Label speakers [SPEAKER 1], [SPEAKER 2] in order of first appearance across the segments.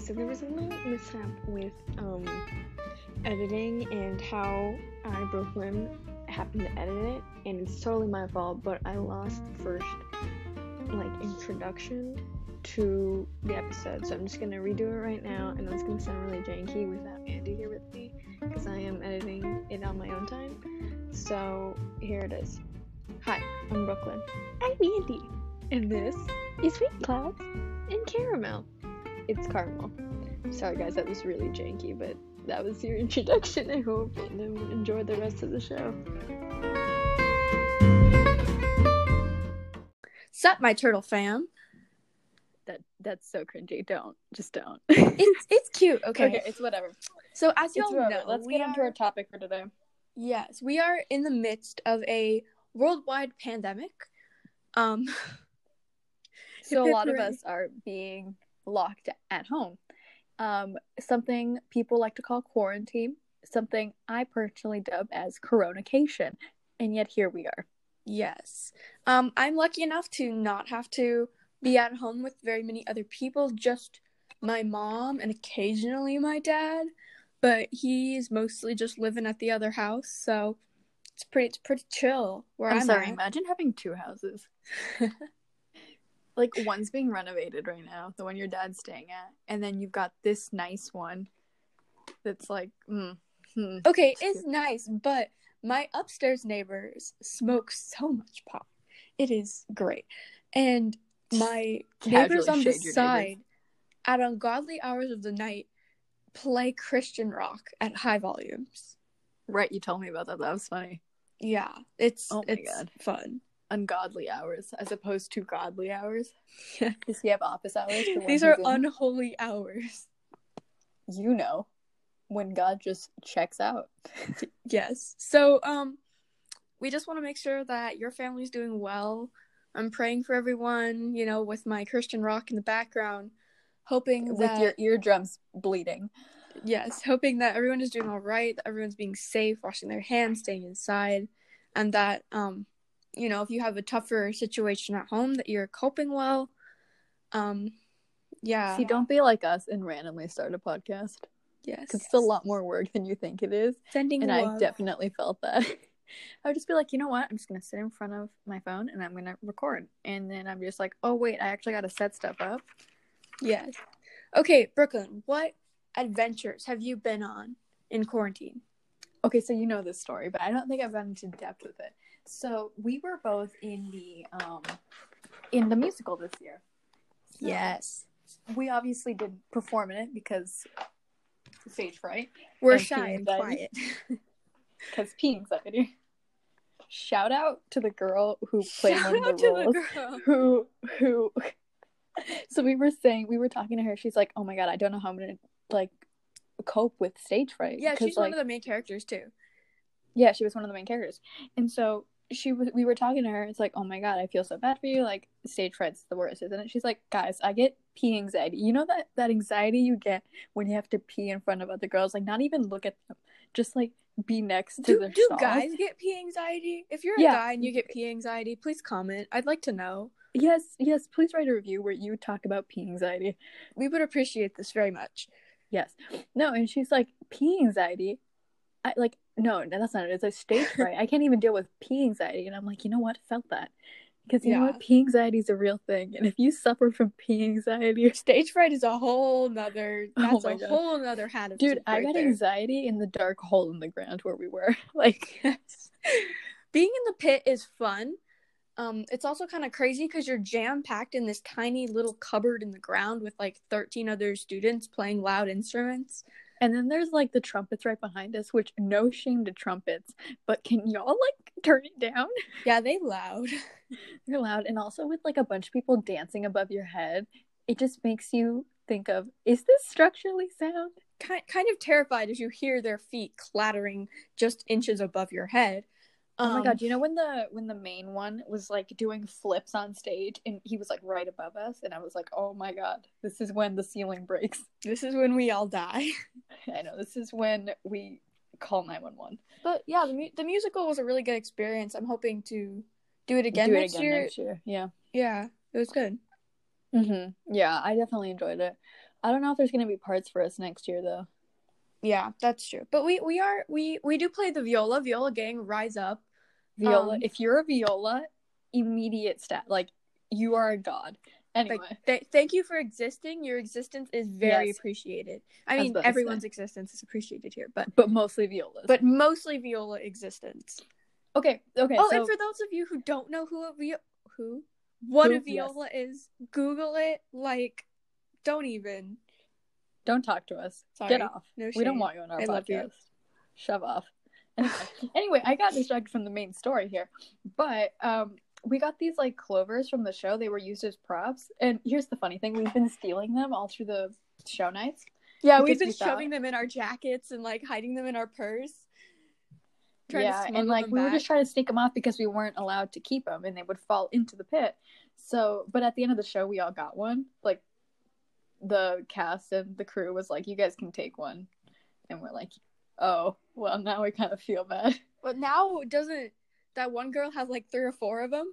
[SPEAKER 1] so there was a little mishap with um, editing and how I Brooklyn happened to edit it, and it's totally my fault. But I lost the first like introduction to the episode, so I'm just gonna redo it right now, and it's gonna sound really janky without Andy here with me because I am editing it on my own time. So here it is. Hi, I'm Brooklyn. I'm Andy, and this is Sweet Clouds and Caramel it's caramel. Sorry guys, that was really janky, but that was your introduction, I hope, and um, enjoy the rest of the show.
[SPEAKER 2] Sup, my turtle fam.
[SPEAKER 3] That that's so cringy. Don't just don't.
[SPEAKER 2] It's it's cute. Okay.
[SPEAKER 3] it's whatever.
[SPEAKER 2] So as
[SPEAKER 3] It's
[SPEAKER 2] y'all
[SPEAKER 3] whatever.
[SPEAKER 2] know,
[SPEAKER 3] Let's
[SPEAKER 2] we
[SPEAKER 3] get on to
[SPEAKER 2] are-
[SPEAKER 3] our topic for today.
[SPEAKER 2] Yes, we are in the midst of a worldwide pandemic. Um,
[SPEAKER 3] So a lot of
[SPEAKER 2] Hooray.
[SPEAKER 3] us are being locked at home. Um, something people like to call quarantine. Something I personally dub as coronacation. And yet here we are.
[SPEAKER 2] yes. Um, I'm lucky enough to not have to be at home with very many other people, just my mom and occasionally my dad, but he's mostly just living at the other house, so it's pretty it's pretty chill where I'm, at.
[SPEAKER 3] Imagine having two houses. like one's being renovated right now, the one your dad's staying at, and then you've got this nice one. That's like, mm, hmm.
[SPEAKER 2] Okay, it's nice, but my upstairs neighbors smoke so much pot. It is great. And my neighbors
[SPEAKER 3] Casually
[SPEAKER 2] on the
[SPEAKER 3] shade your neighbors.
[SPEAKER 2] side at ungodly hours of the night play Christian rock at high volumes.
[SPEAKER 3] Right, you told me about that. That was funny.
[SPEAKER 2] Yeah, it's
[SPEAKER 3] Oh my
[SPEAKER 2] it's
[SPEAKER 3] God.
[SPEAKER 2] fun.
[SPEAKER 3] Ungodly hours as opposed to godly hours. Does he have office hours? for when
[SPEAKER 2] These
[SPEAKER 3] he's
[SPEAKER 2] are
[SPEAKER 3] in?
[SPEAKER 2] unholy hours.
[SPEAKER 3] you know, when God just checks out.
[SPEAKER 2] Yes. So um we just want to make sure that your family's doing well. I'm praying for everyone, you know, with my Christian rock in the background, hoping that
[SPEAKER 3] With your eardrums bleeding.
[SPEAKER 2] Yes, hoping that everyone is doing all right, that everyone's being safe, washing their hands, staying inside, and that um, you know, if you have a tougher situation at home, that you're coping well. Um, yeah,
[SPEAKER 3] See, don't be like us and randomly start a podcast.
[SPEAKER 2] yes,
[SPEAKER 3] 'Cause it's a lot more work than you think it is.
[SPEAKER 2] Sending
[SPEAKER 3] And I
[SPEAKER 2] love.
[SPEAKER 3] definitely felt that. I would just be like, you know what? I'm just going to sit in front of my phone and I'm going to record. And then I'm just like, oh, wait, I actually got to set stuff up.
[SPEAKER 2] yes. Okay, Brooklyn, what adventures have you been on in quarantine?
[SPEAKER 3] Okay, so you know this story, but I don't think I've gone into depth with it. So we were both in the um in the musical this year. So
[SPEAKER 2] Yes,
[SPEAKER 3] We obviously didn't perform in it because stage fright.
[SPEAKER 2] we're
[SPEAKER 3] And
[SPEAKER 2] shy
[SPEAKER 3] peeing
[SPEAKER 2] and
[SPEAKER 3] anxiety.
[SPEAKER 2] quiet.
[SPEAKER 3] Because pee anxiety. Shout out to the girl who played
[SPEAKER 2] Shout
[SPEAKER 3] one of
[SPEAKER 2] out
[SPEAKER 3] the
[SPEAKER 2] to
[SPEAKER 3] roles.
[SPEAKER 2] the girl.
[SPEAKER 3] who who so we were saying we were talking to her she's like oh my god i don't know how i'm gonna like cope with stage fright
[SPEAKER 2] Yeah,
[SPEAKER 3] 'Cause,
[SPEAKER 2] she's
[SPEAKER 3] like,
[SPEAKER 2] one of the main characters too.
[SPEAKER 3] yeah she was one of the main characters and so she was we were talking to her it's like oh my god i feel so bad for you like stage fright's the worst isn't it she's like guys i get pee anxiety you know that that anxiety you get when you have to pee in front of other girls like not even look at them just like be next to
[SPEAKER 2] Do,
[SPEAKER 3] their
[SPEAKER 2] do
[SPEAKER 3] stalls.
[SPEAKER 2] guys get pee anxiety? If you're a
[SPEAKER 3] Yeah.
[SPEAKER 2] guy and you get pee anxiety, please comment. I'd like to know.
[SPEAKER 3] yes yes please write a review where you talk about pee anxiety
[SPEAKER 2] We would appreciate this very much.
[SPEAKER 3] Yes. No, and she's like, pee anxiety. I like, no, no, that's not it. It's a stage fright. I can't even deal with pee anxiety. And I'm like, you know what? Felt that. Because you know
[SPEAKER 2] Yeah.
[SPEAKER 3] what? Pee anxiety is a real thing. And if you suffer from pee anxiety,
[SPEAKER 2] Stage fright is a whole nother.
[SPEAKER 3] Oh
[SPEAKER 2] That's
[SPEAKER 3] my
[SPEAKER 2] a
[SPEAKER 3] God.
[SPEAKER 2] whole nother hat of
[SPEAKER 3] dude,
[SPEAKER 2] soup
[SPEAKER 3] I
[SPEAKER 2] right
[SPEAKER 3] got
[SPEAKER 2] there.
[SPEAKER 3] anxiety in the dark hole in the ground where we were. Like,
[SPEAKER 2] Being in the pit is fun. Um, it's also kind of crazy because you're jam packed in this tiny little cupboard in the ground with like 13 other students playing loud instruments.
[SPEAKER 3] and then there's like the trumpets right behind us, which no shame to trumpets, but can y'all like turn it down?
[SPEAKER 2] Yeah, they loud.
[SPEAKER 3] They're loud. And also with like a bunch of people dancing above your head, it just makes you think of, is this structurally sound?
[SPEAKER 2] kind, kind of terrified as you hear their feet clattering just inches above your head.
[SPEAKER 3] Oh my
[SPEAKER 2] Um,
[SPEAKER 3] god, you know when the when the main one was like doing flips on stage and he was like right above us and I was like, "Oh my god, this is when the ceiling breaks."
[SPEAKER 2] This is when we all die.
[SPEAKER 3] I know this is when we call 911.
[SPEAKER 2] But yeah, the, mu- the musical was a really good experience. I'm hoping to do it again
[SPEAKER 3] Do it
[SPEAKER 2] next year.
[SPEAKER 3] next year. Yeah.
[SPEAKER 2] Yeah, it was good.
[SPEAKER 3] Mhm. Yeah, I Mm-hmm. definitely enjoyed it. I don't know if there's gonna be parts for us next year though.
[SPEAKER 2] Yeah, that's true. But we we are we we do play the viola viola gang rise up.
[SPEAKER 3] Viola,
[SPEAKER 2] Um,
[SPEAKER 3] if you're a viola, immediate stat like you are a god. Anyway,
[SPEAKER 2] Like, th- thank you for existing. Your existence is very
[SPEAKER 3] Yes.
[SPEAKER 2] appreciated. I
[SPEAKER 3] was
[SPEAKER 2] mean,
[SPEAKER 3] about to say.
[SPEAKER 2] everyone's existence is appreciated here, but
[SPEAKER 3] but mostly violas.
[SPEAKER 2] but mostly viola existence.
[SPEAKER 3] okay, okay.
[SPEAKER 2] oh,
[SPEAKER 3] so,
[SPEAKER 2] and for those of you who don't know who a vi- who what
[SPEAKER 3] Who,
[SPEAKER 2] a viola is, Google it. Like, don't even.
[SPEAKER 3] don't talk to us.
[SPEAKER 2] Sorry,
[SPEAKER 3] Get off.
[SPEAKER 2] No,
[SPEAKER 3] We don't
[SPEAKER 2] shade.
[SPEAKER 3] want you on our
[SPEAKER 2] I
[SPEAKER 3] podcast.
[SPEAKER 2] love you.
[SPEAKER 3] Shove off. Anyway, anyway, I got distracted from the main story here, but um, we got these like clovers from the show. They were used as props, and here's the funny thing: we've been stealing them all through the show nights.
[SPEAKER 2] Yeah,
[SPEAKER 3] because
[SPEAKER 2] we've been
[SPEAKER 3] we thought-
[SPEAKER 2] shoving them in our jackets and like hiding them in our purse.
[SPEAKER 3] yeah, and
[SPEAKER 2] smuggle
[SPEAKER 3] like
[SPEAKER 2] them
[SPEAKER 3] we were
[SPEAKER 2] back.
[SPEAKER 3] just trying to sneak them off because we weren't allowed to keep them, and they would fall into the pit. So, but at the end of the show, we all got one. Like the cast and the crew was like, "You guys can take one," and we're like, "Oh, well, now we kind of feel bad." I
[SPEAKER 2] But now doesn't that one girl have like three or four of them?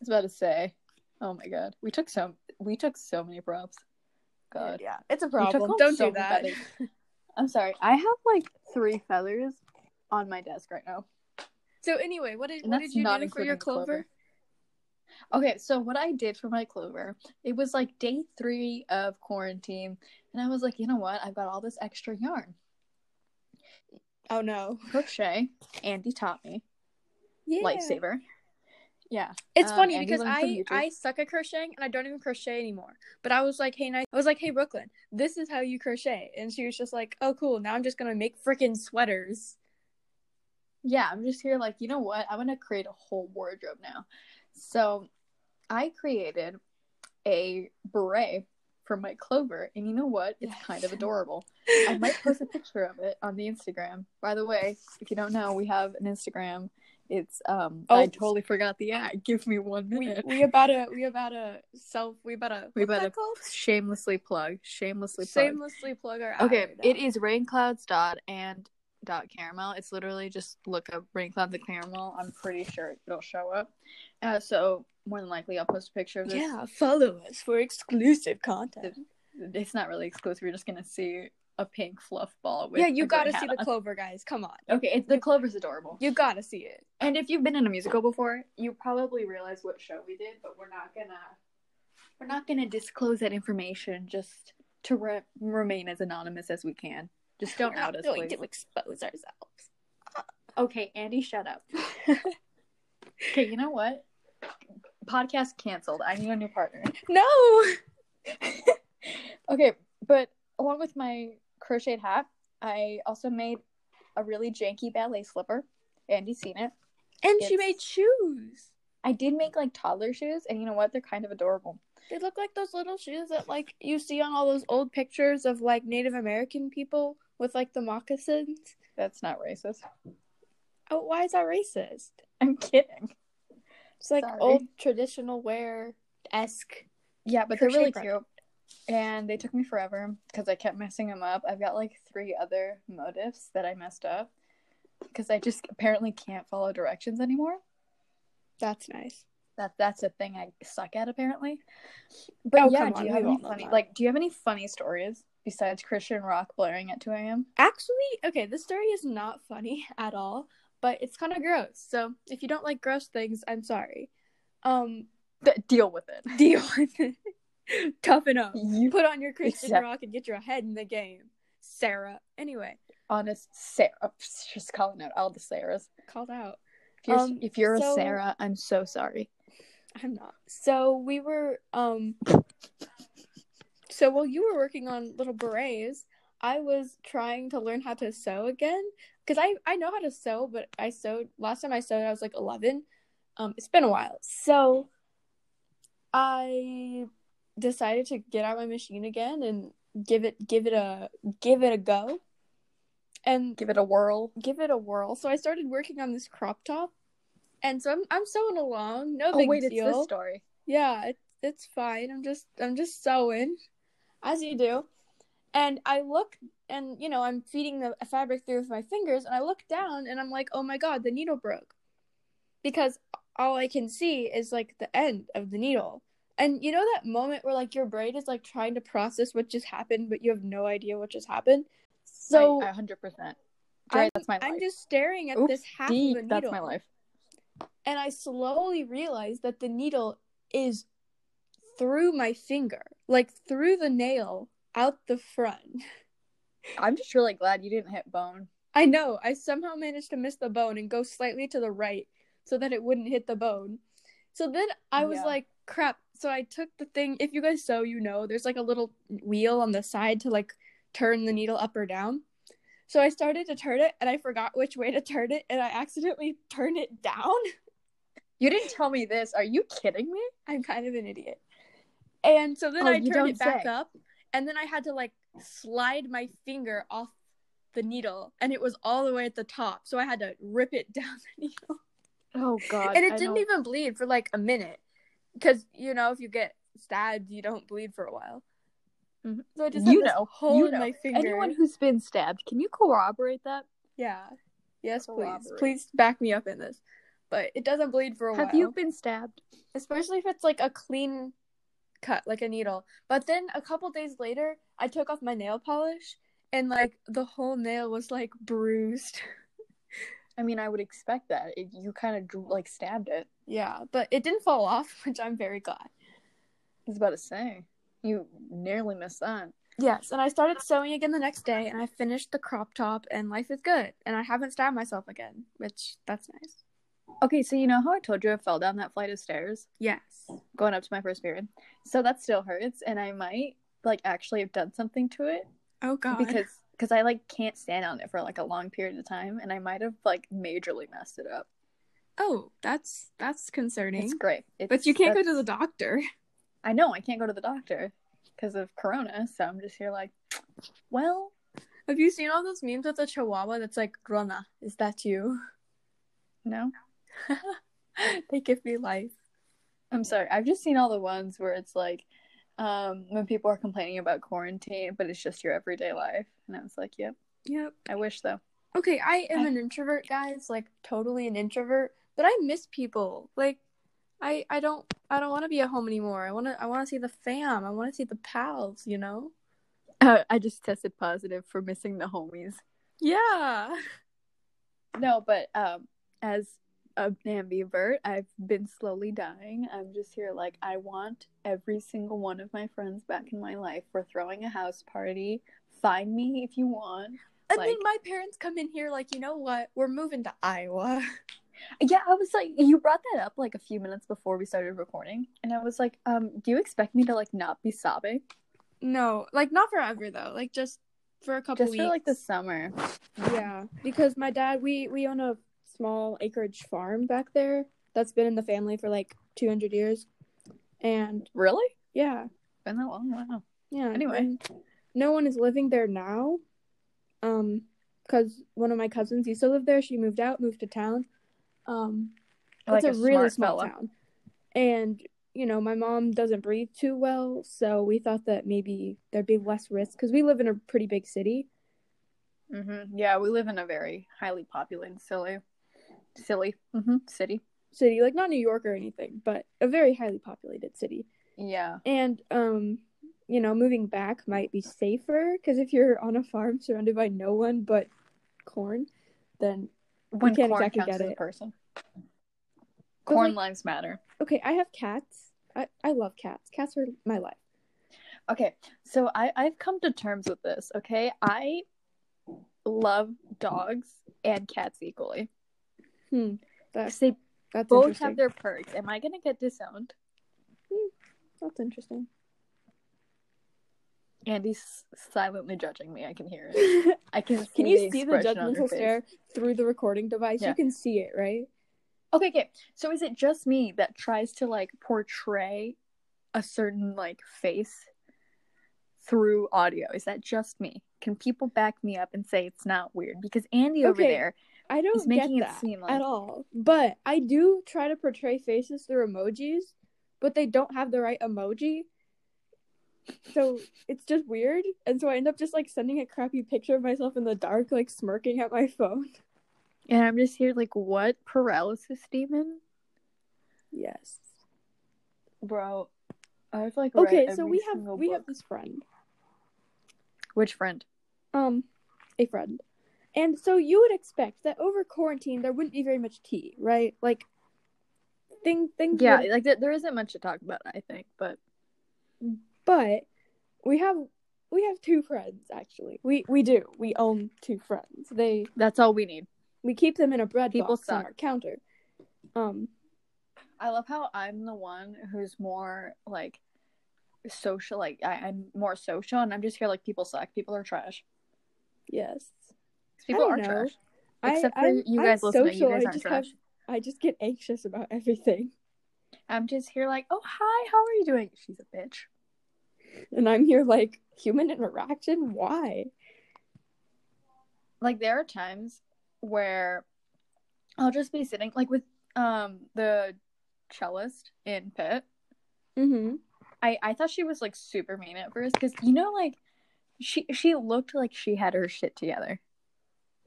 [SPEAKER 3] was about to say, "Oh my god, we took so we took so many props." God,
[SPEAKER 2] Yeah, it's a
[SPEAKER 3] We took
[SPEAKER 2] problem.
[SPEAKER 3] home
[SPEAKER 2] Don't
[SPEAKER 3] so
[SPEAKER 2] do
[SPEAKER 3] many
[SPEAKER 2] that.
[SPEAKER 3] feathers. I'm sorry, I have like three feathers on my desk right now.
[SPEAKER 2] So anyway, what did
[SPEAKER 3] And
[SPEAKER 2] what
[SPEAKER 3] that's
[SPEAKER 2] did you
[SPEAKER 3] not
[SPEAKER 2] do for your
[SPEAKER 3] including clover.
[SPEAKER 2] clover?
[SPEAKER 3] Okay, so what I did for my clover, it was like day three of quarantine, and I was like, you know what? I've got all this extra yarn.
[SPEAKER 2] Oh no,
[SPEAKER 3] Crochet, Andy taught me,
[SPEAKER 2] yeah.
[SPEAKER 3] lifesaver. Yeah,
[SPEAKER 2] It's
[SPEAKER 3] Um,
[SPEAKER 2] funny
[SPEAKER 3] Andy
[SPEAKER 2] because
[SPEAKER 3] learned from
[SPEAKER 2] I
[SPEAKER 3] YouTube.
[SPEAKER 2] I suck at crocheting and I don't even crochet anymore. But I was like, hey, nice. I was like, hey, Brooklyn, this is how you crochet, and she was just like, oh, cool. Now I'm just gonna make freaking sweaters.
[SPEAKER 3] yeah. I'm just here, like, you know what? I'm gonna create a whole wardrobe now. So, I created a beret for my clover, and you know what? It's
[SPEAKER 2] Yes.
[SPEAKER 3] kind of adorable. I might post a picture of it on the Instagram. By the way, if you don't know, we have an Instagram. It's um
[SPEAKER 2] Oh.
[SPEAKER 3] I totally forgot the ad. Give me one
[SPEAKER 2] we
[SPEAKER 3] minute.
[SPEAKER 2] we about a we about a self we about a
[SPEAKER 3] We
[SPEAKER 2] what's
[SPEAKER 3] about
[SPEAKER 2] that
[SPEAKER 3] a
[SPEAKER 2] called?
[SPEAKER 3] shamelessly plug. Shamelessly plug.
[SPEAKER 2] shamelessly plug our
[SPEAKER 3] okay,
[SPEAKER 2] ad.
[SPEAKER 3] it is rainclouds dot and dot caramel. It's literally just look up raincloud the caramel. I'm pretty sure it'll show up. Uh, so more than likely I'll post a picture of this.
[SPEAKER 2] Yeah, follow us for exclusive content.
[SPEAKER 3] It's not really exclusive. You're just gonna see a pink fluff ball with
[SPEAKER 2] yeah, you
[SPEAKER 3] a green
[SPEAKER 2] gotta
[SPEAKER 3] hat
[SPEAKER 2] see the
[SPEAKER 3] on.
[SPEAKER 2] clover, guys. Come on.
[SPEAKER 3] Okay, it's the clover's adorable.
[SPEAKER 2] You gotta see it.
[SPEAKER 3] And if you've been in a musical before, you probably realize what show we did, but we're not gonna we're not gonna disclose that information just to re- remain as anonymous as we can. Just don't
[SPEAKER 2] We're not
[SPEAKER 3] out us,
[SPEAKER 2] going
[SPEAKER 3] please.
[SPEAKER 2] to expose ourselves.
[SPEAKER 3] Okay, Andy, shut up. okay, you know what? Podcast canceled. I need a new partner.
[SPEAKER 2] No.
[SPEAKER 3] okay, but along with my crocheted hat, I also made a really janky ballet slipper. Andy's seen it.
[SPEAKER 2] And she
[SPEAKER 3] It's-
[SPEAKER 2] made shoes.
[SPEAKER 3] I did make like toddler shoes, and you know what? They're kind of adorable.
[SPEAKER 2] They look like those little shoes that like you see on all those old pictures of like Native American people with like the moccasins.
[SPEAKER 3] That's not racist.
[SPEAKER 2] Oh, why is that racist?
[SPEAKER 3] I'm kidding.
[SPEAKER 2] It's like
[SPEAKER 3] Sorry.
[SPEAKER 2] old traditional wear esque.
[SPEAKER 3] Yeah, but they're
[SPEAKER 2] Crochet
[SPEAKER 3] really
[SPEAKER 2] project.
[SPEAKER 3] cute. And they took me forever because I kept messing them up. I've got like three other motifs that I messed up because I just apparently can't follow directions anymore.
[SPEAKER 2] That's nice.
[SPEAKER 3] That that's a thing I suck at apparently. But
[SPEAKER 2] Oh,
[SPEAKER 3] yeah,
[SPEAKER 2] come on,
[SPEAKER 3] do you
[SPEAKER 2] we
[SPEAKER 3] have
[SPEAKER 2] all
[SPEAKER 3] any
[SPEAKER 2] know
[SPEAKER 3] funny
[SPEAKER 2] that.
[SPEAKER 3] like do you have any funny stories besides Christian rock blaring at two AM?
[SPEAKER 2] Actually, okay, this story is not funny at all, but it's kind of gross. So if you don't like gross things, I'm sorry. Um,
[SPEAKER 3] Th- deal with it.
[SPEAKER 2] deal with it. Toughen up.
[SPEAKER 3] You
[SPEAKER 2] Put on your Christian
[SPEAKER 3] Except-
[SPEAKER 2] rock and get your head in the game, Sarah. Anyway,
[SPEAKER 3] honest Sarah just calling out all the Sarahs.
[SPEAKER 2] called out.
[SPEAKER 3] If you're,
[SPEAKER 2] Um,
[SPEAKER 3] if you're
[SPEAKER 2] so-
[SPEAKER 3] a Sarah, I'm so sorry.
[SPEAKER 2] I'm not. So we were um so while you were working on little berets, I was trying to learn how to sew again cuz I I know how to sew, but I sewed last time I sewed I was like 11. Um it's been a while. So I decided to get out my machine again and give it give it a give it a go. And
[SPEAKER 3] Give it a whirl.
[SPEAKER 2] give it a whirl. So I started working on this crop top, and so I'm I'm sewing along. No
[SPEAKER 3] Oh
[SPEAKER 2] big
[SPEAKER 3] wait,
[SPEAKER 2] deal.
[SPEAKER 3] it's this story.
[SPEAKER 2] yeah, it, it's fine. I'm just I'm just sewing, as you do. And I look, and you know, I'm feeding the fabric through with my fingers, and I look down, and I'm like, oh my god, the needle broke, because all I can see is like the end of the needle, And you know that moment where like your brain is like trying to process what just happened, but you have no idea what just happened. So
[SPEAKER 3] I, I 100%. Joy,
[SPEAKER 2] I'm-
[SPEAKER 3] that's my life.
[SPEAKER 2] I'm just staring at
[SPEAKER 3] Oops,
[SPEAKER 2] this half
[SPEAKER 3] Deep,
[SPEAKER 2] of a needle,
[SPEAKER 3] that's my life.
[SPEAKER 2] and I slowly realize that the needle is through my finger, like through the nail out the front.
[SPEAKER 3] I'm just really glad you didn't hit bone.
[SPEAKER 2] I know. I somehow managed to miss the bone and go slightly to the right so that it wouldn't hit the bone. So then I was
[SPEAKER 3] Yeah.
[SPEAKER 2] like, crap. So I took the thing. If you guys so you know, there's like a little wheel on the side to like turn the needle up or down. So I started to turn it and I forgot which way to turn it and I accidentally turned it down.
[SPEAKER 3] You didn't tell me this. Are you kidding me?
[SPEAKER 2] I'm kind of an idiot. And so then
[SPEAKER 3] Oh,
[SPEAKER 2] I
[SPEAKER 3] you
[SPEAKER 2] turned it
[SPEAKER 3] don't
[SPEAKER 2] back
[SPEAKER 3] say.
[SPEAKER 2] up, and then I had to like slide my finger off the needle, and it was all the way at the top. So I had to rip it down the needle.
[SPEAKER 3] Oh god.
[SPEAKER 2] and it
[SPEAKER 3] I
[SPEAKER 2] didn't
[SPEAKER 3] don't-
[SPEAKER 2] even bleed for like a minute. Because, you know, if you get stabbed, you don't bleed for a while.
[SPEAKER 3] Mhm.
[SPEAKER 2] So I just
[SPEAKER 3] You
[SPEAKER 2] had this
[SPEAKER 3] know,
[SPEAKER 2] hole
[SPEAKER 3] you
[SPEAKER 2] in
[SPEAKER 3] know.
[SPEAKER 2] my finger.
[SPEAKER 3] Anyone who's been stabbed, can you corroborate that?
[SPEAKER 2] Yeah. Yes, please.
[SPEAKER 3] Corroborate.
[SPEAKER 2] Please back me up in this. But it doesn't bleed for a while.
[SPEAKER 3] Have you been stabbed?
[SPEAKER 2] especially if it's like a clean cut like a needle but then a couple days later i took off my nail polish and like the whole nail was like bruised
[SPEAKER 3] I mean, I would expect that. It, you kind of like stabbed it.
[SPEAKER 2] yeah but it didn't fall off which i'm very glad
[SPEAKER 3] I was about to say. You nearly missed that.
[SPEAKER 2] yes and i started sewing again the next day and i finished the crop top and life is good and i haven't stabbed myself again which that's nice
[SPEAKER 3] Okay, so you know how I told you I fell down that flight of stairs
[SPEAKER 2] yes
[SPEAKER 3] going up to my first period? So that still hurts, and I might like actually have done something to it
[SPEAKER 2] oh god
[SPEAKER 3] because because I like can't stand on it for like a long period of time, and I might have like majorly messed it up.
[SPEAKER 2] oh that's that's concerning
[SPEAKER 3] It's great, it's,
[SPEAKER 2] but you can't go
[SPEAKER 3] that's-
[SPEAKER 2] to the doctor
[SPEAKER 3] I know I can't go to the doctor because of Corona, so I'm just here like, well,
[SPEAKER 2] have you seen all those memes with the chihuahua that's like rona is that you
[SPEAKER 3] no,
[SPEAKER 2] they give me life.
[SPEAKER 3] I'm sorry. I've just seen all the ones where it's like, um, when people are complaining about quarantine, but it's just your everyday life, and I was like, yep,
[SPEAKER 2] Yep.
[SPEAKER 3] I wish though.
[SPEAKER 2] Okay, I am
[SPEAKER 3] I-
[SPEAKER 2] an introvert, guys. Like totally an introvert, but I miss people. Like, I I don't I don't want to be at home anymore. I wanna I wanna see the fam. I wanna see the pals. You know.
[SPEAKER 3] Uh, I just tested positive for missing the homies.
[SPEAKER 2] Yeah.
[SPEAKER 3] No, but um, as an ambivert, I've been slowly dying. I'm just here like I want every single one of my friends back in my life. We're throwing a house party. Find me if you want.
[SPEAKER 2] And then
[SPEAKER 3] Like-
[SPEAKER 2] my parents come in here like, you know what? We're moving to Iowa.
[SPEAKER 3] Yeah, I was like, you brought that up like a few minutes before we started recording, and I was like, um, do you expect me to like not be sobbing
[SPEAKER 2] No, like not forever though. Like just for a couple
[SPEAKER 3] just
[SPEAKER 2] weeks.
[SPEAKER 3] for like the summer?
[SPEAKER 2] Yeah, because my dad, we we own a small acreage farm back there that's been in the family for like 200 years, and
[SPEAKER 3] Really?
[SPEAKER 2] yeah,
[SPEAKER 3] Been that long? Wow.
[SPEAKER 2] yeah.
[SPEAKER 3] Anyway.
[SPEAKER 2] and no one is living there now, um, because one of my cousins used to live there. She moved out, moved to town. Um, it's a, really
[SPEAKER 3] smart
[SPEAKER 2] small
[SPEAKER 3] fella.
[SPEAKER 2] town, and you know my mom doesn't breathe too well, so we thought that maybe there'd be less risk because we live in a pretty big city.
[SPEAKER 3] Mm-hmm. Yeah, we live in a very highly populated, silly, silly mm-hmm. city.
[SPEAKER 2] city, like not New York or anything, but a very highly populated city.
[SPEAKER 3] Yeah,
[SPEAKER 2] And um, you know, moving back might be safer because if you're on a farm surrounded by no one but corn, then
[SPEAKER 3] when
[SPEAKER 2] can't
[SPEAKER 3] corn
[SPEAKER 2] exactly
[SPEAKER 3] counts
[SPEAKER 2] get
[SPEAKER 3] as a
[SPEAKER 2] it.
[SPEAKER 3] person,
[SPEAKER 2] But,
[SPEAKER 3] corn
[SPEAKER 2] like-
[SPEAKER 3] lives matter.
[SPEAKER 2] okay, I have cats. I, I love cats. Cats are my life.
[SPEAKER 3] Okay, so I I've come to terms with this. Okay, I love dogs and cats equally.
[SPEAKER 2] That's
[SPEAKER 3] They
[SPEAKER 2] that's
[SPEAKER 3] both
[SPEAKER 2] interesting.
[SPEAKER 3] have their perks. Am I gonna get disowned?
[SPEAKER 2] that's interesting.
[SPEAKER 3] Andy's silently judging me. I can hear it.
[SPEAKER 2] can
[SPEAKER 3] I can. See
[SPEAKER 2] you
[SPEAKER 3] the
[SPEAKER 2] see the
[SPEAKER 3] expression on her
[SPEAKER 2] judgmental
[SPEAKER 3] face.
[SPEAKER 2] stare through the recording device?
[SPEAKER 3] Yeah.
[SPEAKER 2] You can see it, right?
[SPEAKER 3] Okay, okay. So is it just me that tries to like portray a certain like face through audio? Is that just me? Can people back me up and say it's not weird? Because Andy over
[SPEAKER 2] Okay.
[SPEAKER 3] there
[SPEAKER 2] I don't
[SPEAKER 3] is making
[SPEAKER 2] get
[SPEAKER 3] it
[SPEAKER 2] that.
[SPEAKER 3] seem like
[SPEAKER 2] at all. But I do try to portray faces through emojis, but they don't have the right emoji. So it's just weird. And so I end up just like sending a crappy picture of myself in the dark, like smirking at my phone.
[SPEAKER 3] and I'm just here like what paralysis demon?
[SPEAKER 2] Yes.
[SPEAKER 3] Bro, I've like read
[SPEAKER 2] Okay, so
[SPEAKER 3] every
[SPEAKER 2] we have
[SPEAKER 3] single
[SPEAKER 2] we have
[SPEAKER 3] book.
[SPEAKER 2] this friend.
[SPEAKER 3] which friend?
[SPEAKER 2] Um a friend. And so you would expect that over quarantine there wouldn't be very much tea, right? Like thing things
[SPEAKER 3] Yeah,
[SPEAKER 2] would-
[SPEAKER 3] like there, there isn't much to talk about, I think, but
[SPEAKER 2] but we have we have two friends actually. We we do. We own two friends. They
[SPEAKER 3] that's all we need.
[SPEAKER 2] we keep them in a bread
[SPEAKER 3] People
[SPEAKER 2] box on
[SPEAKER 3] suck.
[SPEAKER 2] our counter. Um
[SPEAKER 3] I love how I'm the one who's more like social, like I, I'm more social, and I'm just here like people suck, people are trash,
[SPEAKER 2] yes.
[SPEAKER 3] people
[SPEAKER 2] don't
[SPEAKER 3] are
[SPEAKER 2] know.
[SPEAKER 3] trash.
[SPEAKER 2] I-
[SPEAKER 3] Except for
[SPEAKER 2] I'm-
[SPEAKER 3] you
[SPEAKER 2] I'm
[SPEAKER 3] guys listening,
[SPEAKER 2] social.
[SPEAKER 3] you guys
[SPEAKER 2] I
[SPEAKER 3] aren't
[SPEAKER 2] just
[SPEAKER 3] trash.
[SPEAKER 2] have- I just get anxious about everything.
[SPEAKER 3] I'm just here like, oh hi, how are you doing? She's a bitch.
[SPEAKER 2] And I'm here like human interaction, why?
[SPEAKER 3] like there are times where I'll just be sitting like with um the cellist in Pitt.
[SPEAKER 2] Mm-hmm.
[SPEAKER 3] I I thought she was like super mean at first because you know like she she looked like she had her shit together,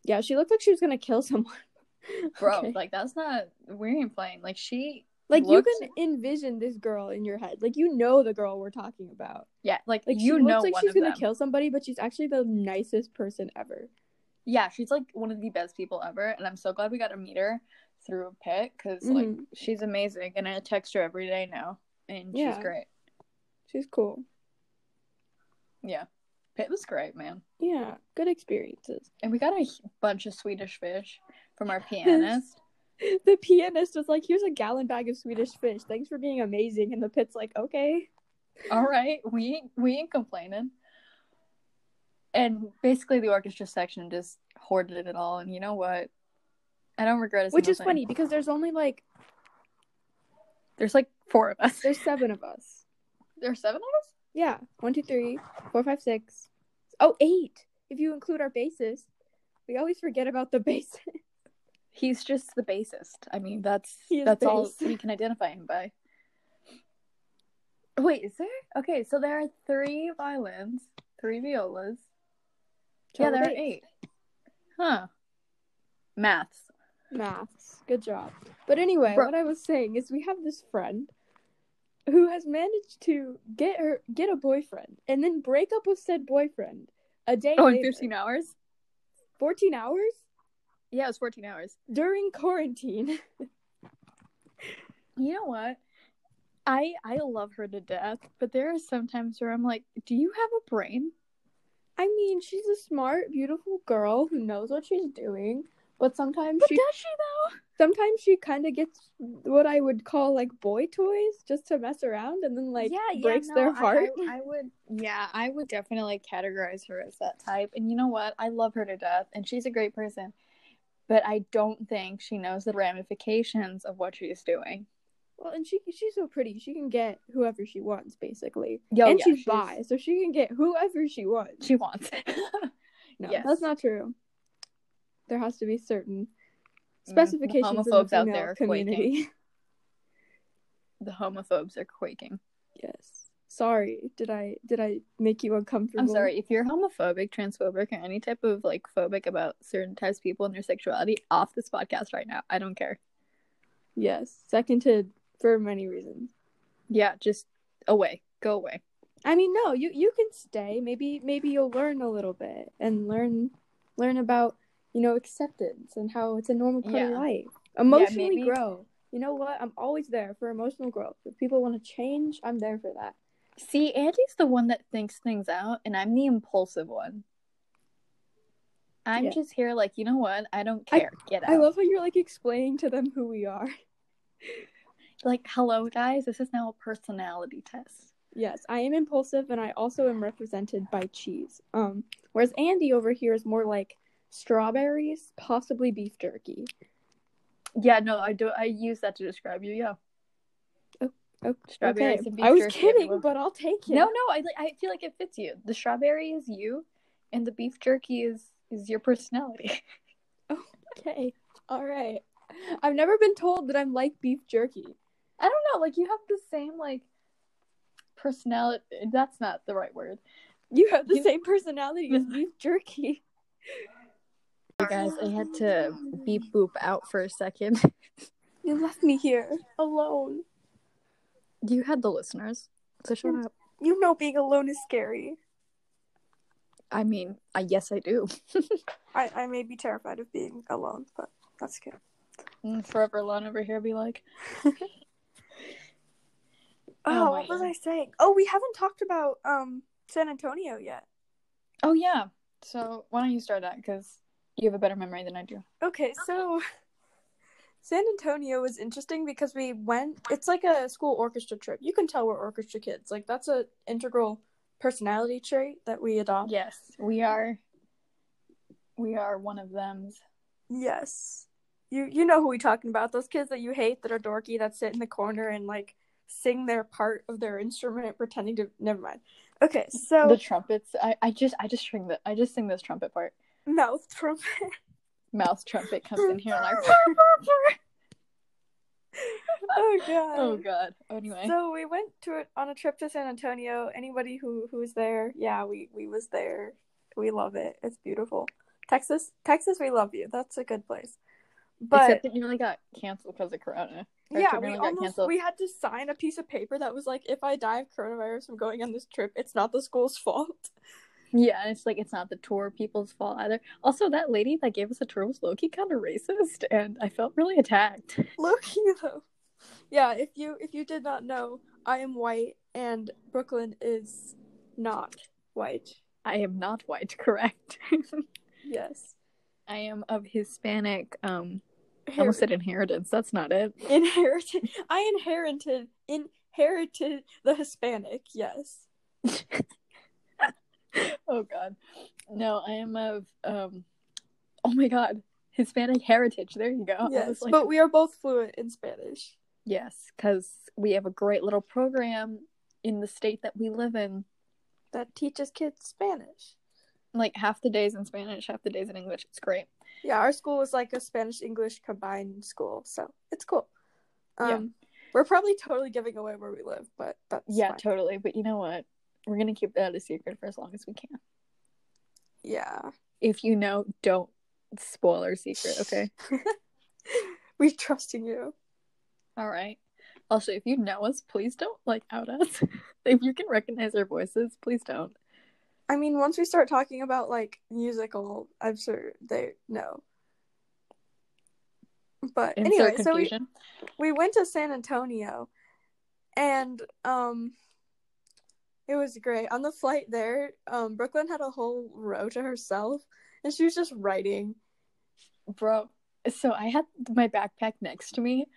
[SPEAKER 2] Yeah, she looked like she was gonna kill someone.
[SPEAKER 3] bro.
[SPEAKER 2] Okay.
[SPEAKER 3] Like that's not we ain't playing. Like she
[SPEAKER 2] Like
[SPEAKER 3] looked-
[SPEAKER 2] you can envision this girl in your head. Like you know the girl we're talking about.
[SPEAKER 3] yeah like,
[SPEAKER 2] Like
[SPEAKER 3] you
[SPEAKER 2] she
[SPEAKER 3] know
[SPEAKER 2] looks like
[SPEAKER 3] one
[SPEAKER 2] she's
[SPEAKER 3] of
[SPEAKER 2] gonna
[SPEAKER 3] them.
[SPEAKER 2] kill somebody, but she's actually the nicest person ever.
[SPEAKER 3] yeah she's like one of the best people ever, and I'm so glad we got to meet her through Pitt because like
[SPEAKER 2] Mhm.
[SPEAKER 3] she's amazing, and I text her every day now, and
[SPEAKER 2] Yeah.
[SPEAKER 3] she's great.
[SPEAKER 2] She's cool.
[SPEAKER 3] Yeah, Pitt was great, man.
[SPEAKER 2] Yeah, good experiences.
[SPEAKER 3] And we got a h- bunch of Swedish fish from our pianist.
[SPEAKER 2] The pianist was like, "Here's a gallon bag of Swedish fish. Thanks for being amazing." And the pit's like, "Okay."
[SPEAKER 3] All right, we ain't- we ain't complaining. And basically, the orchestra section just hoarded it all. And you know what? I don't regret it.
[SPEAKER 2] Which is funny because there's only like
[SPEAKER 3] There's like four of us.
[SPEAKER 2] there's seven of us.
[SPEAKER 3] There's seven of us.
[SPEAKER 2] Yeah, one, two, three, four, five, six. Oh, eight. If you include our bases, we always forget about the bases.
[SPEAKER 3] He's just the bassist. I mean, that's
[SPEAKER 2] He is
[SPEAKER 3] that's all
[SPEAKER 2] bass.
[SPEAKER 3] we can identify him by. Wait, is there? Okay, so there are three violins, three violas. yeah, there are eight. Huh. Maths.
[SPEAKER 2] Maths. Good job. But anyway,
[SPEAKER 3] Bro-
[SPEAKER 2] what I was saying is we have this friend who has managed to get her get a boyfriend and then break up with said boyfriend a day
[SPEAKER 3] Oh, in
[SPEAKER 2] later,
[SPEAKER 3] 15 hours?
[SPEAKER 2] 14 hours
[SPEAKER 3] Yeah, it was 14 hours.
[SPEAKER 2] during quarantine.
[SPEAKER 3] You know what? I I love her to death, but there are some times where I'm like, do you have a brain?
[SPEAKER 2] I mean, she's a smart, beautiful girl who knows what she's doing, but sometimes
[SPEAKER 3] But
[SPEAKER 2] she
[SPEAKER 3] does she though?
[SPEAKER 2] sometimes she kind of gets what I would call like boy toys just to mess around and then like breaks their
[SPEAKER 3] no, I-
[SPEAKER 2] heart.
[SPEAKER 3] I, I would yeah, I would definitely categorize her as that type. And you know what? I love her to death and she's a great person. But I don't think she knows the ramifications of what she's doing.
[SPEAKER 2] Well, and she she's so pretty. She can get whoever she wants basically.
[SPEAKER 3] Yo,
[SPEAKER 2] and
[SPEAKER 3] Oh, yeah,
[SPEAKER 2] she's, bi, so she can get whoever she wants.
[SPEAKER 3] She wants.
[SPEAKER 2] no,
[SPEAKER 3] yes.
[SPEAKER 2] that's not true. There has to be certain specifications in the
[SPEAKER 3] Mm, homophobes out
[SPEAKER 2] female
[SPEAKER 3] there are
[SPEAKER 2] community.
[SPEAKER 3] the homophobes are quaking.
[SPEAKER 2] yes. Sorry, did I did I make you uncomfortable?
[SPEAKER 3] I'm sorry, if you're homophobic, transphobic, or any type of like phobic about certain types of people and their sexuality, off this podcast right now. I don't care.
[SPEAKER 2] Yes, seconded for many reasons.
[SPEAKER 3] Yeah, just away. Go away.
[SPEAKER 2] I mean, no, you you can stay. Maybe maybe you'll learn a little bit and learn learn about you know acceptance and how it's a normal part of
[SPEAKER 3] Yeah.
[SPEAKER 2] life. Emotionally
[SPEAKER 3] maybe-
[SPEAKER 2] grow. You know what? I'm always there for emotional growth. If people want to change, I'm there for that.
[SPEAKER 3] See, Andy's the one that thinks things out, and I'm the impulsive one. I'm
[SPEAKER 2] Yeah.
[SPEAKER 3] just here, like, you know what? I don't
[SPEAKER 2] I-
[SPEAKER 3] care. Get out.
[SPEAKER 2] I love how you're like explaining to them who we are.
[SPEAKER 3] like, hello, guys. This is now a personality test.
[SPEAKER 2] Yes, I am impulsive and I also am represented by cheese. Um whereas Andy over here is more like strawberries, possibly beef jerky.
[SPEAKER 3] Yeah, no, I do. I use that to describe you. Yeah.
[SPEAKER 2] Oh,
[SPEAKER 3] Strawberries and beef
[SPEAKER 2] I was
[SPEAKER 3] jerky,
[SPEAKER 2] kidding,
[SPEAKER 3] everyone.
[SPEAKER 2] but I'll take it.
[SPEAKER 3] No, no, I li- I feel like it fits you. The strawberry is you, and the beef jerky is is your personality.
[SPEAKER 2] Okay. All right. I've never been told that I'm like beef jerky.
[SPEAKER 3] I don't know, like you have the same like personality. That's not the right word.
[SPEAKER 2] You have the
[SPEAKER 3] You-
[SPEAKER 2] same personality as beef jerky.
[SPEAKER 3] guys, I had to beep boop out for a second.
[SPEAKER 2] You left me here alone.
[SPEAKER 3] You had the listeners. So shut up.
[SPEAKER 2] You know being alone is scary.
[SPEAKER 3] I mean, I yes I do.
[SPEAKER 2] I, I may be terrified of being alone, but that's good.
[SPEAKER 3] Mm, Forever alone over here be like
[SPEAKER 2] Oh,
[SPEAKER 3] Oh my
[SPEAKER 2] what was
[SPEAKER 3] God.
[SPEAKER 2] I saying? Oh, we haven't talked about um San Antonio yet.
[SPEAKER 3] Oh yeah. So why don't you start that? Because you have a better memory than I do.
[SPEAKER 2] Okay,
[SPEAKER 3] Uh-huh.
[SPEAKER 2] so San Antonio was interesting because we went. It's like a school orchestra trip. You can tell we're orchestra kids. Like that's a integral personality trait that we adopt.
[SPEAKER 3] Yes, we are. We are one of them.
[SPEAKER 2] Yes. You you know who we talking about? Those kids that you hate that are dorky that sit in the corner and like sing their part of their instrument pretending to never mind. Okay, so
[SPEAKER 3] The trumpets. I, I just I just sing the I just sing this trumpet part.
[SPEAKER 2] mouth trumpet.
[SPEAKER 3] Mouth trumpet comes in here and like.
[SPEAKER 2] oh god.
[SPEAKER 3] oh god. Anyway.
[SPEAKER 2] So we went to it on a trip to San Antonio. Anybody who who was there, yeah, we we was there. We love it. It's beautiful. Texas, Texas, we love you. That's a good place. But
[SPEAKER 3] Except it nearly got canceled because of Corona. or
[SPEAKER 2] yeah,
[SPEAKER 3] it
[SPEAKER 2] we
[SPEAKER 3] nearly got
[SPEAKER 2] almost
[SPEAKER 3] canceled.
[SPEAKER 2] we had to sign a piece of paper that was like, if I die of coronavirus from going on this trip, it's not the school's fault.
[SPEAKER 3] Yeah, and it's like it's not the tour people's fault either. Also, that lady that gave us a tour was Loki kind of racist, and I felt really attacked.
[SPEAKER 2] Loki though. Yeah, if you if you did not know, I am white and Brooklyn is not white.
[SPEAKER 3] I am not white, correct?
[SPEAKER 2] Yes.
[SPEAKER 3] I am of Hispanic. Um, I
[SPEAKER 2] Here-
[SPEAKER 3] almost said inheritance. That's not it.
[SPEAKER 2] inherited i inherited inherited the hispanic yes
[SPEAKER 3] oh God, no, I am of um. Oh my God, Hispanic heritage. There you go. Oh, I
[SPEAKER 2] yes
[SPEAKER 3] was like,
[SPEAKER 2] but we are both fluent in spanish
[SPEAKER 3] yes, because we have a great little program in the state that we live in.
[SPEAKER 2] that teaches kids spanish
[SPEAKER 3] Like half the days in Spanish, half the days in English. It's great.
[SPEAKER 2] yeah our school was like a spanish english combined school so it's cool um
[SPEAKER 3] Yeah.
[SPEAKER 2] we're probably totally giving away where we live but that's
[SPEAKER 3] Yeah,
[SPEAKER 2] fine.
[SPEAKER 3] totally. But you know what? We're gonna keep that a secret for as long as we can.
[SPEAKER 2] yeah
[SPEAKER 3] If you know, don't spoil our secret, okay?
[SPEAKER 2] we trust in you
[SPEAKER 3] All right. Also, if you know us, please don't like out us. if you can recognize our voices, please don't.
[SPEAKER 2] i mean once we start talking about like musical i'm sure they know but
[SPEAKER 3] Insert
[SPEAKER 2] anyway so we,
[SPEAKER 3] confusion.
[SPEAKER 2] we went to San Antonio and um it was great. On the flight there, um Brooklyn had a whole row to herself and she was just writing.
[SPEAKER 3] Bro, so I had my backpack next to me.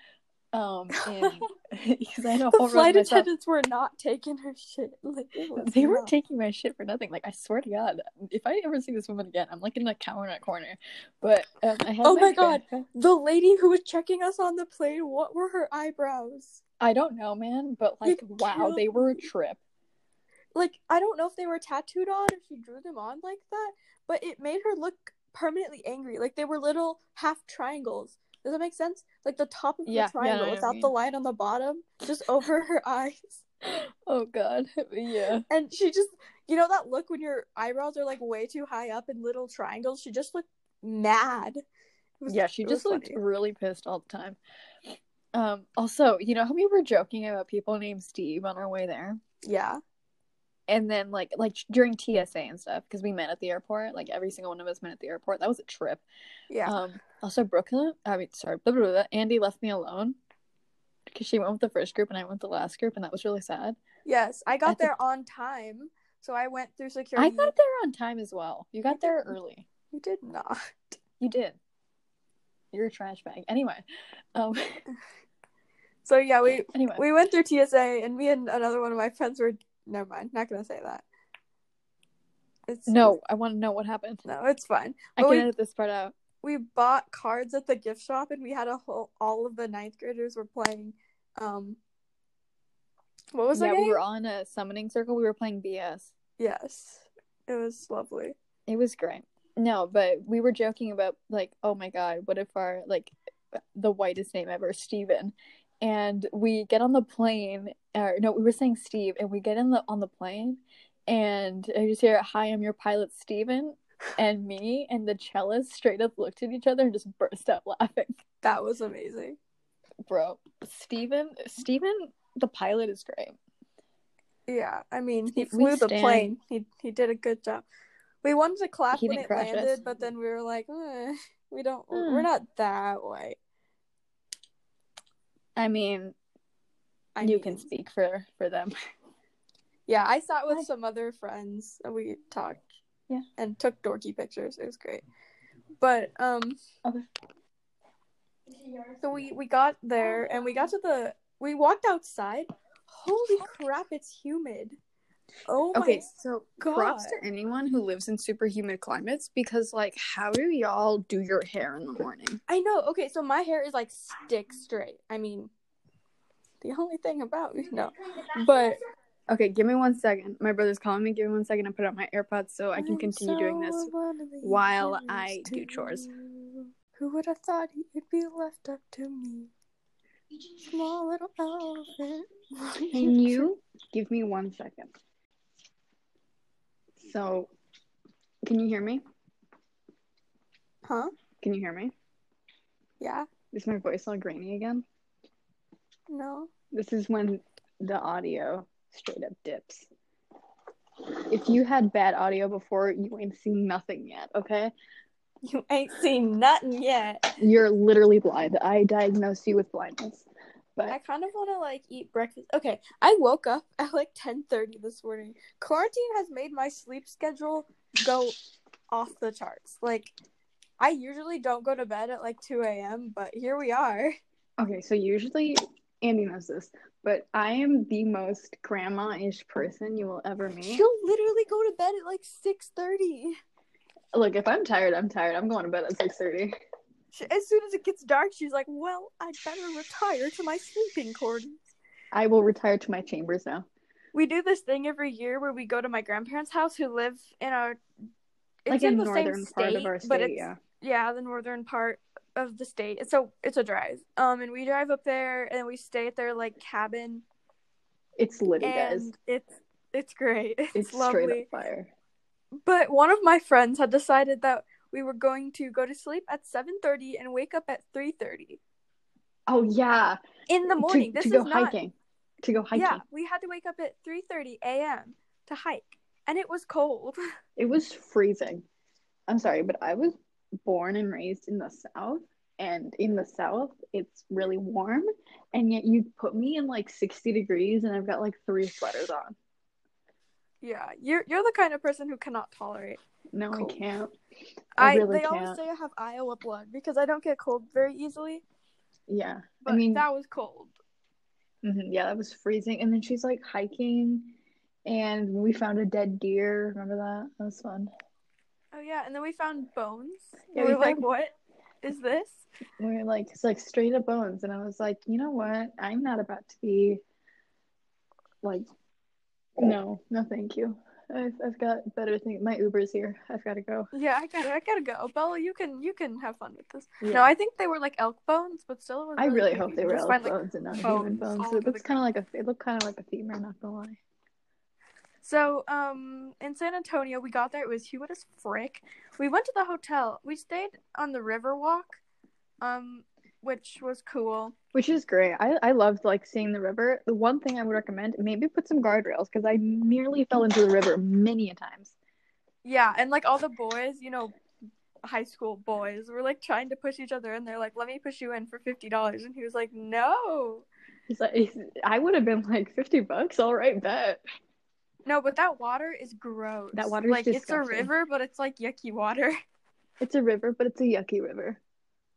[SPEAKER 3] Um and because I had a
[SPEAKER 2] The
[SPEAKER 3] whole row to
[SPEAKER 2] flight
[SPEAKER 3] myself.
[SPEAKER 2] attendants were not taking her shit. Like it was
[SPEAKER 3] They were
[SPEAKER 2] not-
[SPEAKER 3] taking my shit for nothing. Like I swear to God, if I ever see this woman again, I'm like in a cow in a corner. But um, I had
[SPEAKER 2] Oh my God.
[SPEAKER 3] backpack.
[SPEAKER 2] the lady who was checking us on the plane, what were her eyebrows?
[SPEAKER 3] I don't know, man, but like,
[SPEAKER 2] You
[SPEAKER 3] wow,
[SPEAKER 2] killed
[SPEAKER 3] they were a trip.
[SPEAKER 2] Like I don't know if they were tattooed on or she drew them on like that, but it made her look permanently angry. Like they were little half triangles. Does that make sense? Like the top of
[SPEAKER 3] Yeah, yeah,
[SPEAKER 2] the triangle
[SPEAKER 3] I know what you
[SPEAKER 2] without the
[SPEAKER 3] mean.
[SPEAKER 2] line on the bottom, just over her eyes.
[SPEAKER 3] Oh god, yeah.
[SPEAKER 2] And she just, you know, that look when your eyebrows are like way too high up in little triangles. She just looked mad. It was-
[SPEAKER 3] Yeah, she
[SPEAKER 2] it
[SPEAKER 3] just
[SPEAKER 2] was
[SPEAKER 3] looked
[SPEAKER 2] funny.
[SPEAKER 3] really pissed all the time. Um, also, you know how we were joking about people named Steve on our way there?
[SPEAKER 2] Yeah,
[SPEAKER 3] And then like like during TSA and stuff, because we met at the airport, like every single one of us met at the airport. That was a trip.
[SPEAKER 2] yeah.
[SPEAKER 3] Um also Brooklyn I mean sorry, blah, blah, blah, blah, Andy left me alone. Because she went with the first group and I went with the last group, and that was really sad.
[SPEAKER 2] yes, I
[SPEAKER 3] I
[SPEAKER 2] got
[SPEAKER 3] think-
[SPEAKER 2] there on time, so I went through security.
[SPEAKER 3] I got there on time as well. You got there early.
[SPEAKER 2] You did not.
[SPEAKER 3] You did. You're a trash bag. Anyway, um,
[SPEAKER 2] So yeah, we
[SPEAKER 3] anyway,
[SPEAKER 2] we went through TSA, and me and another one of my friends were. Never mind. Not gonna say that. It's
[SPEAKER 3] no, I want to know what happened.
[SPEAKER 2] no, it's fine.
[SPEAKER 3] I
[SPEAKER 2] but
[SPEAKER 3] can
[SPEAKER 2] we-
[SPEAKER 3] edit this part out.
[SPEAKER 2] we bought cards at the gift shop and we had a whole all of the ninth graders were playing um what was
[SPEAKER 3] yeah,
[SPEAKER 2] the game?
[SPEAKER 3] we were on a summoning circle. We were playing BS.
[SPEAKER 2] yes it was lovely
[SPEAKER 3] It was great. No, but we were joking about like, oh my god, what if our like the whitest name ever, Steven. And we get on the plane, or no, we were saying Steve, and we get in the on the plane, and I just hear, "Hi, I'm your pilot, Steven," and me and the cellist straight up looked at each other and just burst out laughing.
[SPEAKER 2] that was amazing
[SPEAKER 3] bro steven steven the pilot is great
[SPEAKER 2] Yeah, I mean, he
[SPEAKER 3] We
[SPEAKER 2] flew the
[SPEAKER 3] stand.
[SPEAKER 2] plane. He he did a good job. We wanted to clap
[SPEAKER 3] He
[SPEAKER 2] when
[SPEAKER 3] didn't
[SPEAKER 2] it
[SPEAKER 3] crash us.
[SPEAKER 2] landed, but then we were like, "Eh, we don't.
[SPEAKER 3] Hmm.
[SPEAKER 2] We're not that way.
[SPEAKER 3] I mean,
[SPEAKER 2] I
[SPEAKER 3] you
[SPEAKER 2] mean,
[SPEAKER 3] can speak for for them.
[SPEAKER 2] Yeah, I sat with
[SPEAKER 3] I-
[SPEAKER 2] some other friends and we talked.
[SPEAKER 3] Yeah.
[SPEAKER 2] And took dorky pictures. It was great. But um
[SPEAKER 3] Okay.
[SPEAKER 2] So we we got there and we got to the we walked outside. Holy crap, it's humid. Oh my
[SPEAKER 3] Okay, so
[SPEAKER 2] God.
[SPEAKER 3] props to anyone who lives in super humid climates because, like, how do y'all do your hair in the morning?
[SPEAKER 2] I know. Okay, so my hair is like stick straight. I mean the only thing about me no. But
[SPEAKER 3] Okay, give me one second. My brother's calling me. Give me one second. I put out my AirPods so I can
[SPEAKER 2] I'm
[SPEAKER 3] continue doing
[SPEAKER 2] so
[SPEAKER 3] this.
[SPEAKER 2] abundantly
[SPEAKER 3] while
[SPEAKER 2] generous
[SPEAKER 3] I
[SPEAKER 2] to
[SPEAKER 3] do chores.
[SPEAKER 2] you. Who would have thought he would be left up to me? Small little elephant.
[SPEAKER 3] Can you give me one second? So, can you hear me?
[SPEAKER 2] Huh?
[SPEAKER 3] Can you hear me?
[SPEAKER 2] Yeah?
[SPEAKER 3] Is my voice all grainy again?
[SPEAKER 2] No?
[SPEAKER 3] This is when the audio straight up dips. If you had bad audio before, you ain't seen nothing yet, okay?
[SPEAKER 2] You ain't seen nothing yet.
[SPEAKER 3] You're literally blind. I diagnosed you with blindness.
[SPEAKER 2] I
[SPEAKER 3] But
[SPEAKER 2] kind of want to like eat breakfast. Okay, I woke up at like 10:30 this morning. Quarantine has made my sleep schedule go off the charts. Like I usually don't go to bed at like 2 a.m., but here we are.
[SPEAKER 3] okay, so usually Andy knows this, but I am the most grandma ish person you will ever meet.
[SPEAKER 2] She'll literally go to bed at like 6:30.
[SPEAKER 3] Look, if I'm tired, I'm tired. I'm going to bed at six thirty.
[SPEAKER 2] She, as soon as it gets dark, she's like, "Well, I'd better retire to my sleeping quarters."
[SPEAKER 3] I will retire to my chambers now.
[SPEAKER 2] We do this thing every year where we go to my grandparents' house, who live in our it's
[SPEAKER 3] like
[SPEAKER 2] in
[SPEAKER 3] in
[SPEAKER 2] the same
[SPEAKER 3] northern part of our
[SPEAKER 2] but
[SPEAKER 3] state.
[SPEAKER 2] it's
[SPEAKER 3] Yeah.
[SPEAKER 2] yeah, the northern part of the state. It's a it's a drive. Um, and we drive up there and we stay at their like cabin,
[SPEAKER 3] It's lit, you guys.
[SPEAKER 2] and it's it's great. It's,
[SPEAKER 3] It's
[SPEAKER 2] lovely.
[SPEAKER 3] straight up fire.
[SPEAKER 2] But one of my friends had decided that we were going to go to sleep at seven thirty and wake up at three thirty
[SPEAKER 3] Oh yeah.
[SPEAKER 2] in the
[SPEAKER 3] To-
[SPEAKER 2] morning.
[SPEAKER 3] to,
[SPEAKER 2] this
[SPEAKER 3] go
[SPEAKER 2] is not
[SPEAKER 3] hiking. To go hiking.
[SPEAKER 2] Yeah, we had to wake up at 3:30 a.m. to hike, and it was cold.
[SPEAKER 3] It was freezing. I'm sorry, but I was born and raised in the South, and in the South, it's really warm, and yet you put me in like 60 degrees, and I've got like three sweaters on.
[SPEAKER 2] Yeah, you're you're the kind of person who cannot tolerate.
[SPEAKER 3] No,
[SPEAKER 2] Cold.
[SPEAKER 3] I can't. I,
[SPEAKER 2] I,
[SPEAKER 3] really
[SPEAKER 2] they always
[SPEAKER 3] can't.
[SPEAKER 2] say I have Iowa blood because I don't get cold very easily,
[SPEAKER 3] yeah.
[SPEAKER 2] but
[SPEAKER 3] I mean,
[SPEAKER 2] that was cold.
[SPEAKER 3] hmm Yeah, that was freezing. And then she's like hiking, and we found a dead deer. Remember that? That was fun.
[SPEAKER 2] Oh yeah, and then we found bones.
[SPEAKER 3] Yeah,
[SPEAKER 2] we
[SPEAKER 3] we
[SPEAKER 2] were like,
[SPEAKER 3] found-
[SPEAKER 2] "What is this?"
[SPEAKER 3] We were like, it's like straight up bones. And I was like, you know what? I'm not about to be like, no, no, thank you. I've, I've got better things. My Uber's here. I've got to go.
[SPEAKER 2] Yeah, I gotta I gotta go. Bella, you can you can have fun with this.
[SPEAKER 3] Yeah.
[SPEAKER 2] No, I think they were like elk bones, but still, it was
[SPEAKER 3] I really
[SPEAKER 2] creepy
[SPEAKER 3] hope
[SPEAKER 2] to
[SPEAKER 3] they were
[SPEAKER 2] just
[SPEAKER 3] elk
[SPEAKER 2] find, like-
[SPEAKER 3] bones and not human
[SPEAKER 2] bones
[SPEAKER 3] bones.
[SPEAKER 2] all
[SPEAKER 3] It
[SPEAKER 2] over
[SPEAKER 3] looks
[SPEAKER 2] the
[SPEAKER 3] kind of like a, it looked kind of like a femur, not gonna lie.
[SPEAKER 2] So, um, in San Antonio, we got there. It was humid as frick. We went to the hotel. We stayed on the river walk, um, which was cool.
[SPEAKER 3] Which is great. I, I loved like seeing the river. The one thing I would recommend, maybe put some guardrails because I nearly fell into the river many a times.
[SPEAKER 2] Yeah, and like all the boys, you know, high school boys were like trying to push each other, and they're like, "Let me push you in for fifty dollars," and he was like, "No,
[SPEAKER 3] He's like, he's, I would have been like fifty bucks. All right, bet.
[SPEAKER 2] no." But that water is gross.
[SPEAKER 3] That water is
[SPEAKER 2] like it's a
[SPEAKER 3] disgusting.
[SPEAKER 2] river, but it's like yucky water.
[SPEAKER 3] It's a river, but it's a yucky river.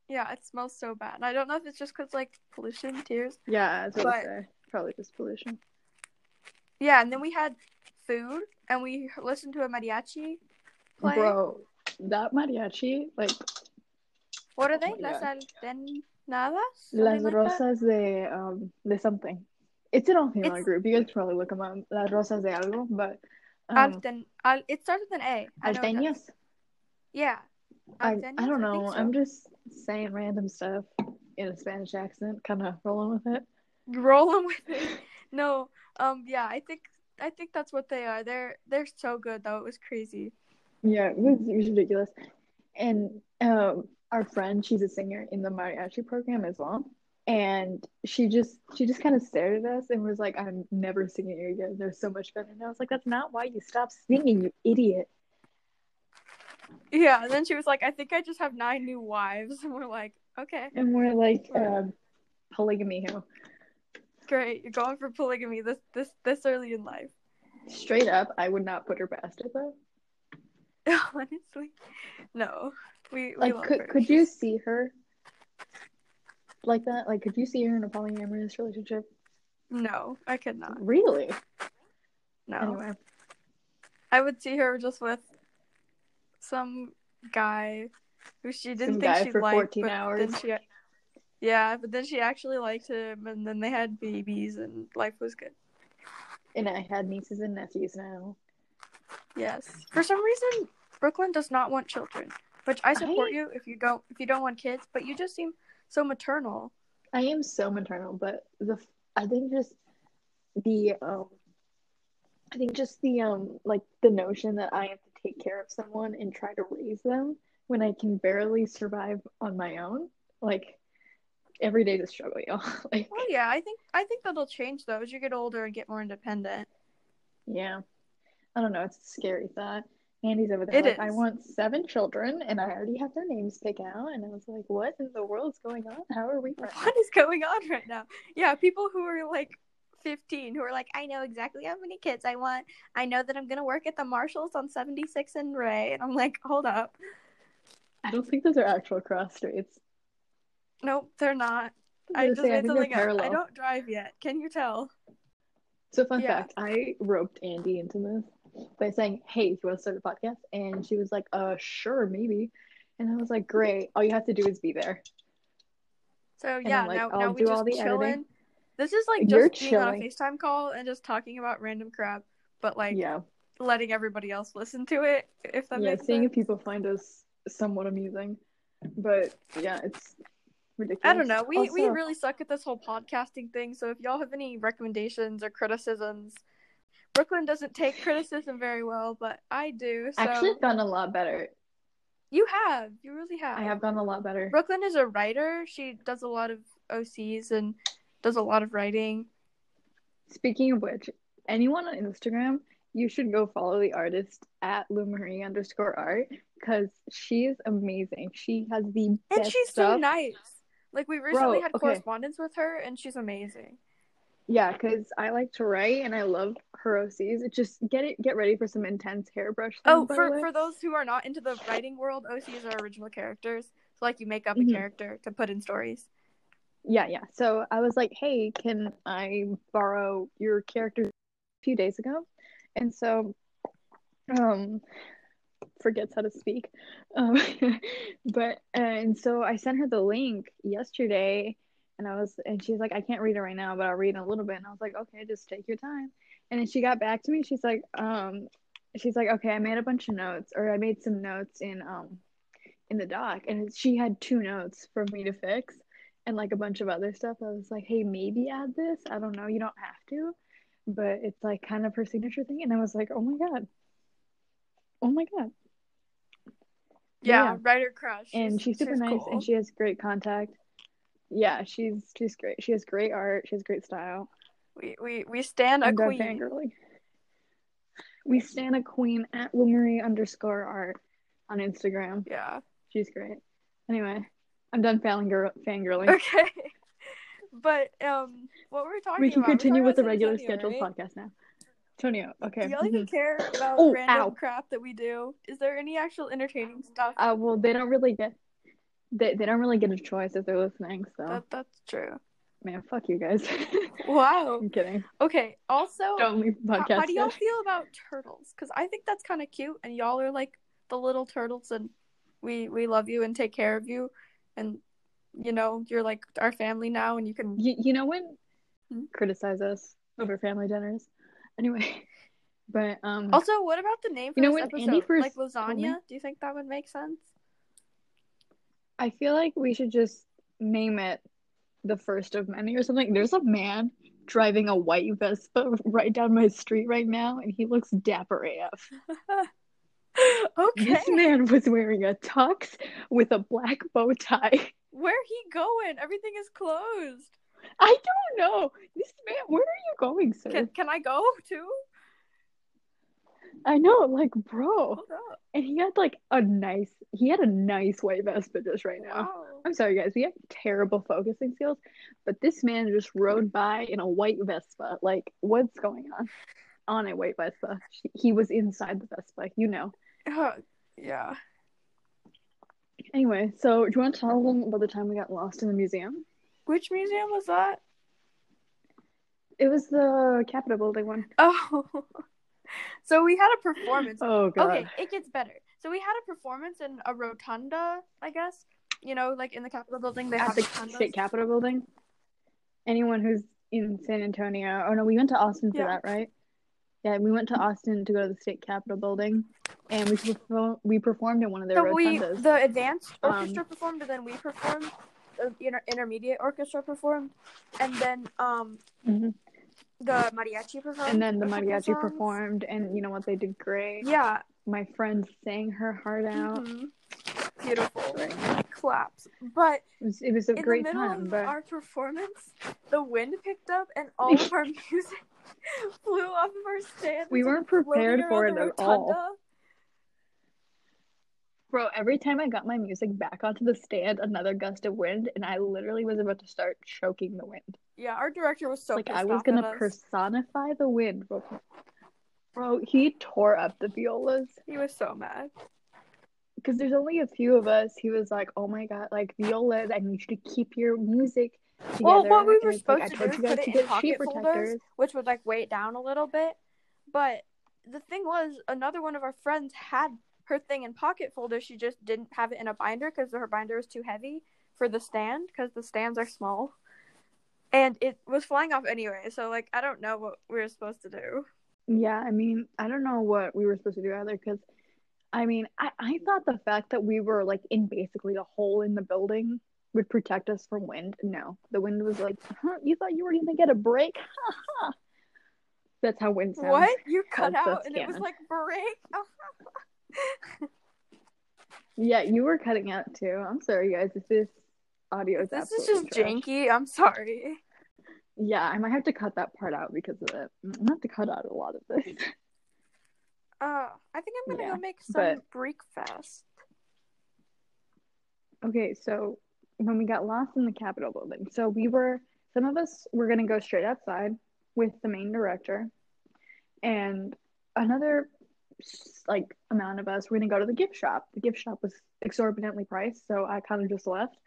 [SPEAKER 2] yeah, it smells so bad. And I don't know if it's just because like pollution, tears.
[SPEAKER 3] Yeah, that's
[SPEAKER 2] what I
[SPEAKER 3] say. Probably just pollution.
[SPEAKER 2] Yeah, and then we had food and we listened to a mariachi play.
[SPEAKER 3] Bro, that mariachi, like
[SPEAKER 2] what are they?
[SPEAKER 3] oh my
[SPEAKER 2] Las
[SPEAKER 3] God.
[SPEAKER 2] Aldenadas?
[SPEAKER 3] Las
[SPEAKER 2] Something like that?
[SPEAKER 3] Rosas de um de something. It's an all female
[SPEAKER 2] It's-
[SPEAKER 3] group. You guys could probably look them up. Las Rosas de algo, but um,
[SPEAKER 2] Alten, al, it starts with an A. I know it does.
[SPEAKER 3] Alteñas.
[SPEAKER 2] Yeah.
[SPEAKER 3] I,
[SPEAKER 2] Alteñas,
[SPEAKER 3] I don't know.
[SPEAKER 2] think so.
[SPEAKER 3] I'm just saying random stuff in a Spanish accent, kind of rolling with it.
[SPEAKER 2] rolling with it. No, um, yeah, I think I think that's what they are. They're they're so good though. It was crazy.
[SPEAKER 3] Yeah, it was, it was ridiculous. And um, our friend, she's a singer in the mariachi program as well. and she just she just kind of stared at us and was like i'm never singing here again they're so much better and i was like that's not why you stopped singing you idiot
[SPEAKER 2] Yeah, and then she was like, I think I just have nine new wives. And we're like, okay,
[SPEAKER 3] and we're like um polygamy who
[SPEAKER 2] great. You're going for polygamy this this this early in life.
[SPEAKER 3] straight up i would not put her past it though
[SPEAKER 2] Honestly. No. We, we
[SPEAKER 3] like
[SPEAKER 2] love
[SPEAKER 3] could,
[SPEAKER 2] her.
[SPEAKER 3] could you see her like that like could you see her in a polyamorous relationship
[SPEAKER 2] No, I could not.
[SPEAKER 3] really
[SPEAKER 2] No.
[SPEAKER 3] anyway
[SPEAKER 2] I would see her just with some guy who she didn't
[SPEAKER 3] Some
[SPEAKER 2] think
[SPEAKER 3] guy
[SPEAKER 2] she
[SPEAKER 3] for
[SPEAKER 2] liked.
[SPEAKER 3] 14
[SPEAKER 2] but
[SPEAKER 3] hours.
[SPEAKER 2] Then she, yeah, but then she actually liked him, and then they had babies, and life was good.
[SPEAKER 3] and i had nieces and nephews now
[SPEAKER 2] Yes. For some reason, Brooklyn does not want children, which I support
[SPEAKER 3] I-
[SPEAKER 2] you if you don't if you don't want kids. But you just seem so maternal.
[SPEAKER 3] I am so maternal, but the f- I think just the um I think just the um like the notion that I have to take care of someone and try to raise them when I can barely survive on my own, like every day is a struggle, y'all. like
[SPEAKER 2] Well, yeah, I think I think that'll change though as you get older and get more independent.
[SPEAKER 3] yeah. I don't know, it's a scary thought. Andy's over there
[SPEAKER 2] It
[SPEAKER 3] like I
[SPEAKER 2] is.
[SPEAKER 3] want seven children and I already have their names picked out and I was like, What in the world's going on? How are we friends?
[SPEAKER 2] What is going on right now? Yeah, people who are like 15 who are like, I know exactly how many kids I want. I know that I'm gonna work at the Marshalls on 76 and Ray, and I'm like, hold up,
[SPEAKER 3] I don't think those are actual cross streets.
[SPEAKER 2] nope, they're not.
[SPEAKER 3] I,
[SPEAKER 2] I just
[SPEAKER 3] was gonna say,
[SPEAKER 2] made
[SPEAKER 3] I think they're
[SPEAKER 2] something up. I
[SPEAKER 3] parallel.
[SPEAKER 2] don't drive yet. Can you tell?
[SPEAKER 3] So fun
[SPEAKER 2] Yeah.
[SPEAKER 3] fact, I roped Andy into this by saying, "Hey, do you want to start a podcast?" And she was like, "Uh, sure, maybe." And I was like, "Great! All you have to do is be there."
[SPEAKER 2] So
[SPEAKER 3] And
[SPEAKER 2] yeah,
[SPEAKER 3] I'm like,
[SPEAKER 2] now
[SPEAKER 3] I'll
[SPEAKER 2] now we
[SPEAKER 3] do all
[SPEAKER 2] just
[SPEAKER 3] the
[SPEAKER 2] chilling.
[SPEAKER 3] editing.
[SPEAKER 2] This is like
[SPEAKER 3] You're
[SPEAKER 2] just being on a
[SPEAKER 3] chilling.
[SPEAKER 2] FaceTime call and just talking about random crap, but like
[SPEAKER 3] yeah,
[SPEAKER 2] letting everybody else listen to it. If that
[SPEAKER 3] yeah.
[SPEAKER 2] makes
[SPEAKER 3] Seeing
[SPEAKER 2] sense.
[SPEAKER 3] if people find us somewhat amusing, but yeah, it's ridiculous.
[SPEAKER 2] I don't know. We we
[SPEAKER 3] Also-
[SPEAKER 2] really suck at this whole podcasting thing. So if y'all have any recommendations or criticisms, Brooklyn doesn't take criticism very well, but I do. So
[SPEAKER 3] actually I've gotten a lot better.
[SPEAKER 2] you have, you really have.
[SPEAKER 3] I have gotten a lot better.
[SPEAKER 2] Brooklyn is a writer. She does a lot of OCs and does a lot of writing.
[SPEAKER 3] Speaking of which, anyone on Instagram, you should go follow the artist at Lumarie underscore art because she is amazing. She has the
[SPEAKER 2] And
[SPEAKER 3] best
[SPEAKER 2] she's
[SPEAKER 3] stuff.
[SPEAKER 2] so nice. Like we recently
[SPEAKER 3] Bro,
[SPEAKER 2] had
[SPEAKER 3] okay.
[SPEAKER 2] correspondence with her, and she's amazing.
[SPEAKER 3] Yeah, because I like to write and I love her OCs. It just get it get ready for some intense hairbrush. thing,
[SPEAKER 2] Oh,
[SPEAKER 3] by the
[SPEAKER 2] for
[SPEAKER 3] way.
[SPEAKER 2] for those who are not into the writing world, OCs are original characters. So like you make up a
[SPEAKER 3] Mhm.
[SPEAKER 2] character to put in stories.
[SPEAKER 3] Yeah, yeah. So I was like, hey, can I borrow your character a few days ago? And so um forgets how to speak. Um but uh, and so I sent her the link yesterday and I was and she's like, I can't read it right now, but I'll read in a little bit. And I was like, okay, just take your time. And then she got back to me, she's like, um she's like, okay, I made a bunch of notes or I made some notes in um in the doc and she had two notes for me to fix and like a bunch of other stuff. I was like, hey, maybe add this. I don't know. You don't have to, but it's like kind of her signature thing. And I was like, oh my god, oh my god.
[SPEAKER 2] Yeah,
[SPEAKER 3] Yeah.
[SPEAKER 2] writer crush.
[SPEAKER 3] And she's super nice
[SPEAKER 2] cool.
[SPEAKER 3] and she has great contact. Yeah, she's she's great. She has great art. She has great style.
[SPEAKER 2] we we we stand a
[SPEAKER 3] I'm done
[SPEAKER 2] queen.
[SPEAKER 3] fangirling. We stand a queen at Wilmarie underscore art on Instagram.
[SPEAKER 2] Yeah.
[SPEAKER 3] She's great. Anyway, I'm done fangirl- fangirling.
[SPEAKER 2] Okay. But um, what were we talking about?
[SPEAKER 3] we can
[SPEAKER 2] We're
[SPEAKER 3] continue
[SPEAKER 2] talking
[SPEAKER 3] with the
[SPEAKER 2] about
[SPEAKER 3] regular
[SPEAKER 2] Santonio,
[SPEAKER 3] scheduled
[SPEAKER 2] right?
[SPEAKER 3] podcast now. Tonio, okay.
[SPEAKER 2] Do y'all even
[SPEAKER 3] mhm.
[SPEAKER 2] care about
[SPEAKER 3] Oh,
[SPEAKER 2] random
[SPEAKER 3] ow. Uh,
[SPEAKER 2] Oh,
[SPEAKER 3] um, Mm.
[SPEAKER 2] where he going? Everything is closed.
[SPEAKER 3] I don't know. This man, where are you going, sir?
[SPEAKER 2] Can can I go too?
[SPEAKER 3] I know, like, bro.
[SPEAKER 2] Hold up.
[SPEAKER 3] And he had like a nice, he had a nice white Vespa just right now.
[SPEAKER 2] Wow.
[SPEAKER 3] I'm sorry, guys. We have terrible focusing skills, but this man just rode by in a white Vespa. Like, what's going on? On a white Vespa. She- He was inside the Vespa, you know.
[SPEAKER 2] Uh, yeah.
[SPEAKER 3] Anyway, so do you want to tell them about the time we got lost in the museum?
[SPEAKER 2] Which museum was that?
[SPEAKER 3] It was the Capitol building one.
[SPEAKER 2] Oh. so we had a performance.
[SPEAKER 3] Oh, God.
[SPEAKER 2] okay, it gets better. So we had a performance in a rotunda, I guess. You know, like in the Capitol building, they
[SPEAKER 3] At
[SPEAKER 2] have
[SPEAKER 3] the
[SPEAKER 2] rotundas.
[SPEAKER 3] state Capitol building. Anyone who's in San Antonio. Oh, no, we went to Austin for
[SPEAKER 2] Yeah.
[SPEAKER 3] that, right? Yeah, we went to Austin to go to the state Capitol building, and we perform- we performed in one of their
[SPEAKER 2] So we,
[SPEAKER 3] rotundas.
[SPEAKER 2] the advanced
[SPEAKER 3] Um,
[SPEAKER 2] orchestra performed, and then we performed. uh, The inter- intermediate orchestra performed, and then um
[SPEAKER 3] Mhm.
[SPEAKER 2] the mariachi performed.
[SPEAKER 3] and then the
[SPEAKER 2] a couple
[SPEAKER 3] mariachi
[SPEAKER 2] songs.
[SPEAKER 3] performed and you know what they did great
[SPEAKER 2] Yeah.
[SPEAKER 3] my friend sang her heart out
[SPEAKER 2] mhm. Beautiful. Claps. But
[SPEAKER 3] it was, it was a
[SPEAKER 2] in
[SPEAKER 3] great
[SPEAKER 2] the middle
[SPEAKER 3] time
[SPEAKER 2] of
[SPEAKER 3] but
[SPEAKER 2] our performance, the wind picked up and all of our music flew off of our stand.
[SPEAKER 3] We
[SPEAKER 2] and
[SPEAKER 3] weren't
[SPEAKER 2] started floating
[SPEAKER 3] prepared for
[SPEAKER 2] around the
[SPEAKER 3] it at all.
[SPEAKER 2] rotunda.
[SPEAKER 3] bro every time i got my music back onto the stand another gust of wind and i literally was about to start choking the wind
[SPEAKER 2] Yeah, our director was so
[SPEAKER 3] like
[SPEAKER 2] pissed
[SPEAKER 3] i was
[SPEAKER 2] off
[SPEAKER 3] gonna
[SPEAKER 2] at us.
[SPEAKER 3] personify the wind bro. bro he tore up the violas
[SPEAKER 2] He was so mad.
[SPEAKER 3] because there's only a few of us he was like oh my god like violas i need you to keep your music together
[SPEAKER 2] Well, what we
[SPEAKER 3] And
[SPEAKER 2] were
[SPEAKER 3] it's like,
[SPEAKER 2] supposed
[SPEAKER 3] I
[SPEAKER 2] to do
[SPEAKER 3] told
[SPEAKER 2] is put
[SPEAKER 3] you guys
[SPEAKER 2] it
[SPEAKER 3] to
[SPEAKER 2] in
[SPEAKER 3] get sheet
[SPEAKER 2] pocket folders,
[SPEAKER 3] protectors
[SPEAKER 2] which would like weigh it down a little bit. But the thing was, another one of our friends had her thing in pocket folder. She just didn't have it in a binder because her binder was too heavy for the stand because the stands are small, and it was flying off anyway. So like, I don't know what we were supposed to do.
[SPEAKER 3] Yeah, I mean, I don't know what we were supposed to do either because I mean, I, I thought the fact that we were like in basically a hole in the building would protect us from wind. No, the wind was like, huh, you thought you were gonna get a break? That's how wind sounds.
[SPEAKER 2] What you cut
[SPEAKER 3] Sounds so
[SPEAKER 2] out, and it was
[SPEAKER 3] scam.
[SPEAKER 2] like break. Oh,
[SPEAKER 3] Yeah, you were cutting out too. I'm sorry, guys, if this audio is
[SPEAKER 2] this is just
[SPEAKER 3] absolutely trash.
[SPEAKER 2] janky. I'm sorry.
[SPEAKER 3] Yeah, I might have to cut that part out because of it. I'm gonna have to cut out a lot of this.
[SPEAKER 2] Uh, I think I'm gonna
[SPEAKER 3] Yeah,
[SPEAKER 2] go make some
[SPEAKER 3] but-
[SPEAKER 2] breakfast.
[SPEAKER 3] Okay, so when we got lost in the Capitol building, so we were, some of us were going to go straight outside with the main director, and another like amount of us were going to go to the gift shop. The gift shop was exorbitantly priced, so I kind of just left.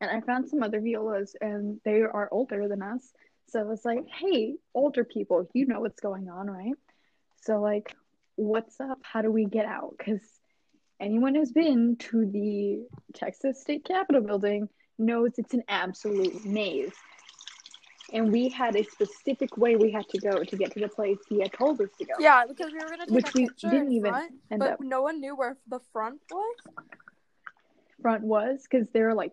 [SPEAKER 3] And I found some other violas, and they are older than us. So I was like, hey, older people, you know what's going on, right? So, like, what's up? How do we get out? Because anyone who's been to the Texas State Capitol building knows it's an absolute maze. And we had a specific way we had to go to get to the place he had told us to go.
[SPEAKER 2] Yeah, because we were gonna take
[SPEAKER 3] Which
[SPEAKER 2] a
[SPEAKER 3] we
[SPEAKER 2] picture
[SPEAKER 3] didn't
[SPEAKER 2] in
[SPEAKER 3] even
[SPEAKER 2] front,
[SPEAKER 3] end
[SPEAKER 2] but
[SPEAKER 3] up
[SPEAKER 2] no one knew where the front was.
[SPEAKER 3] front was because there are like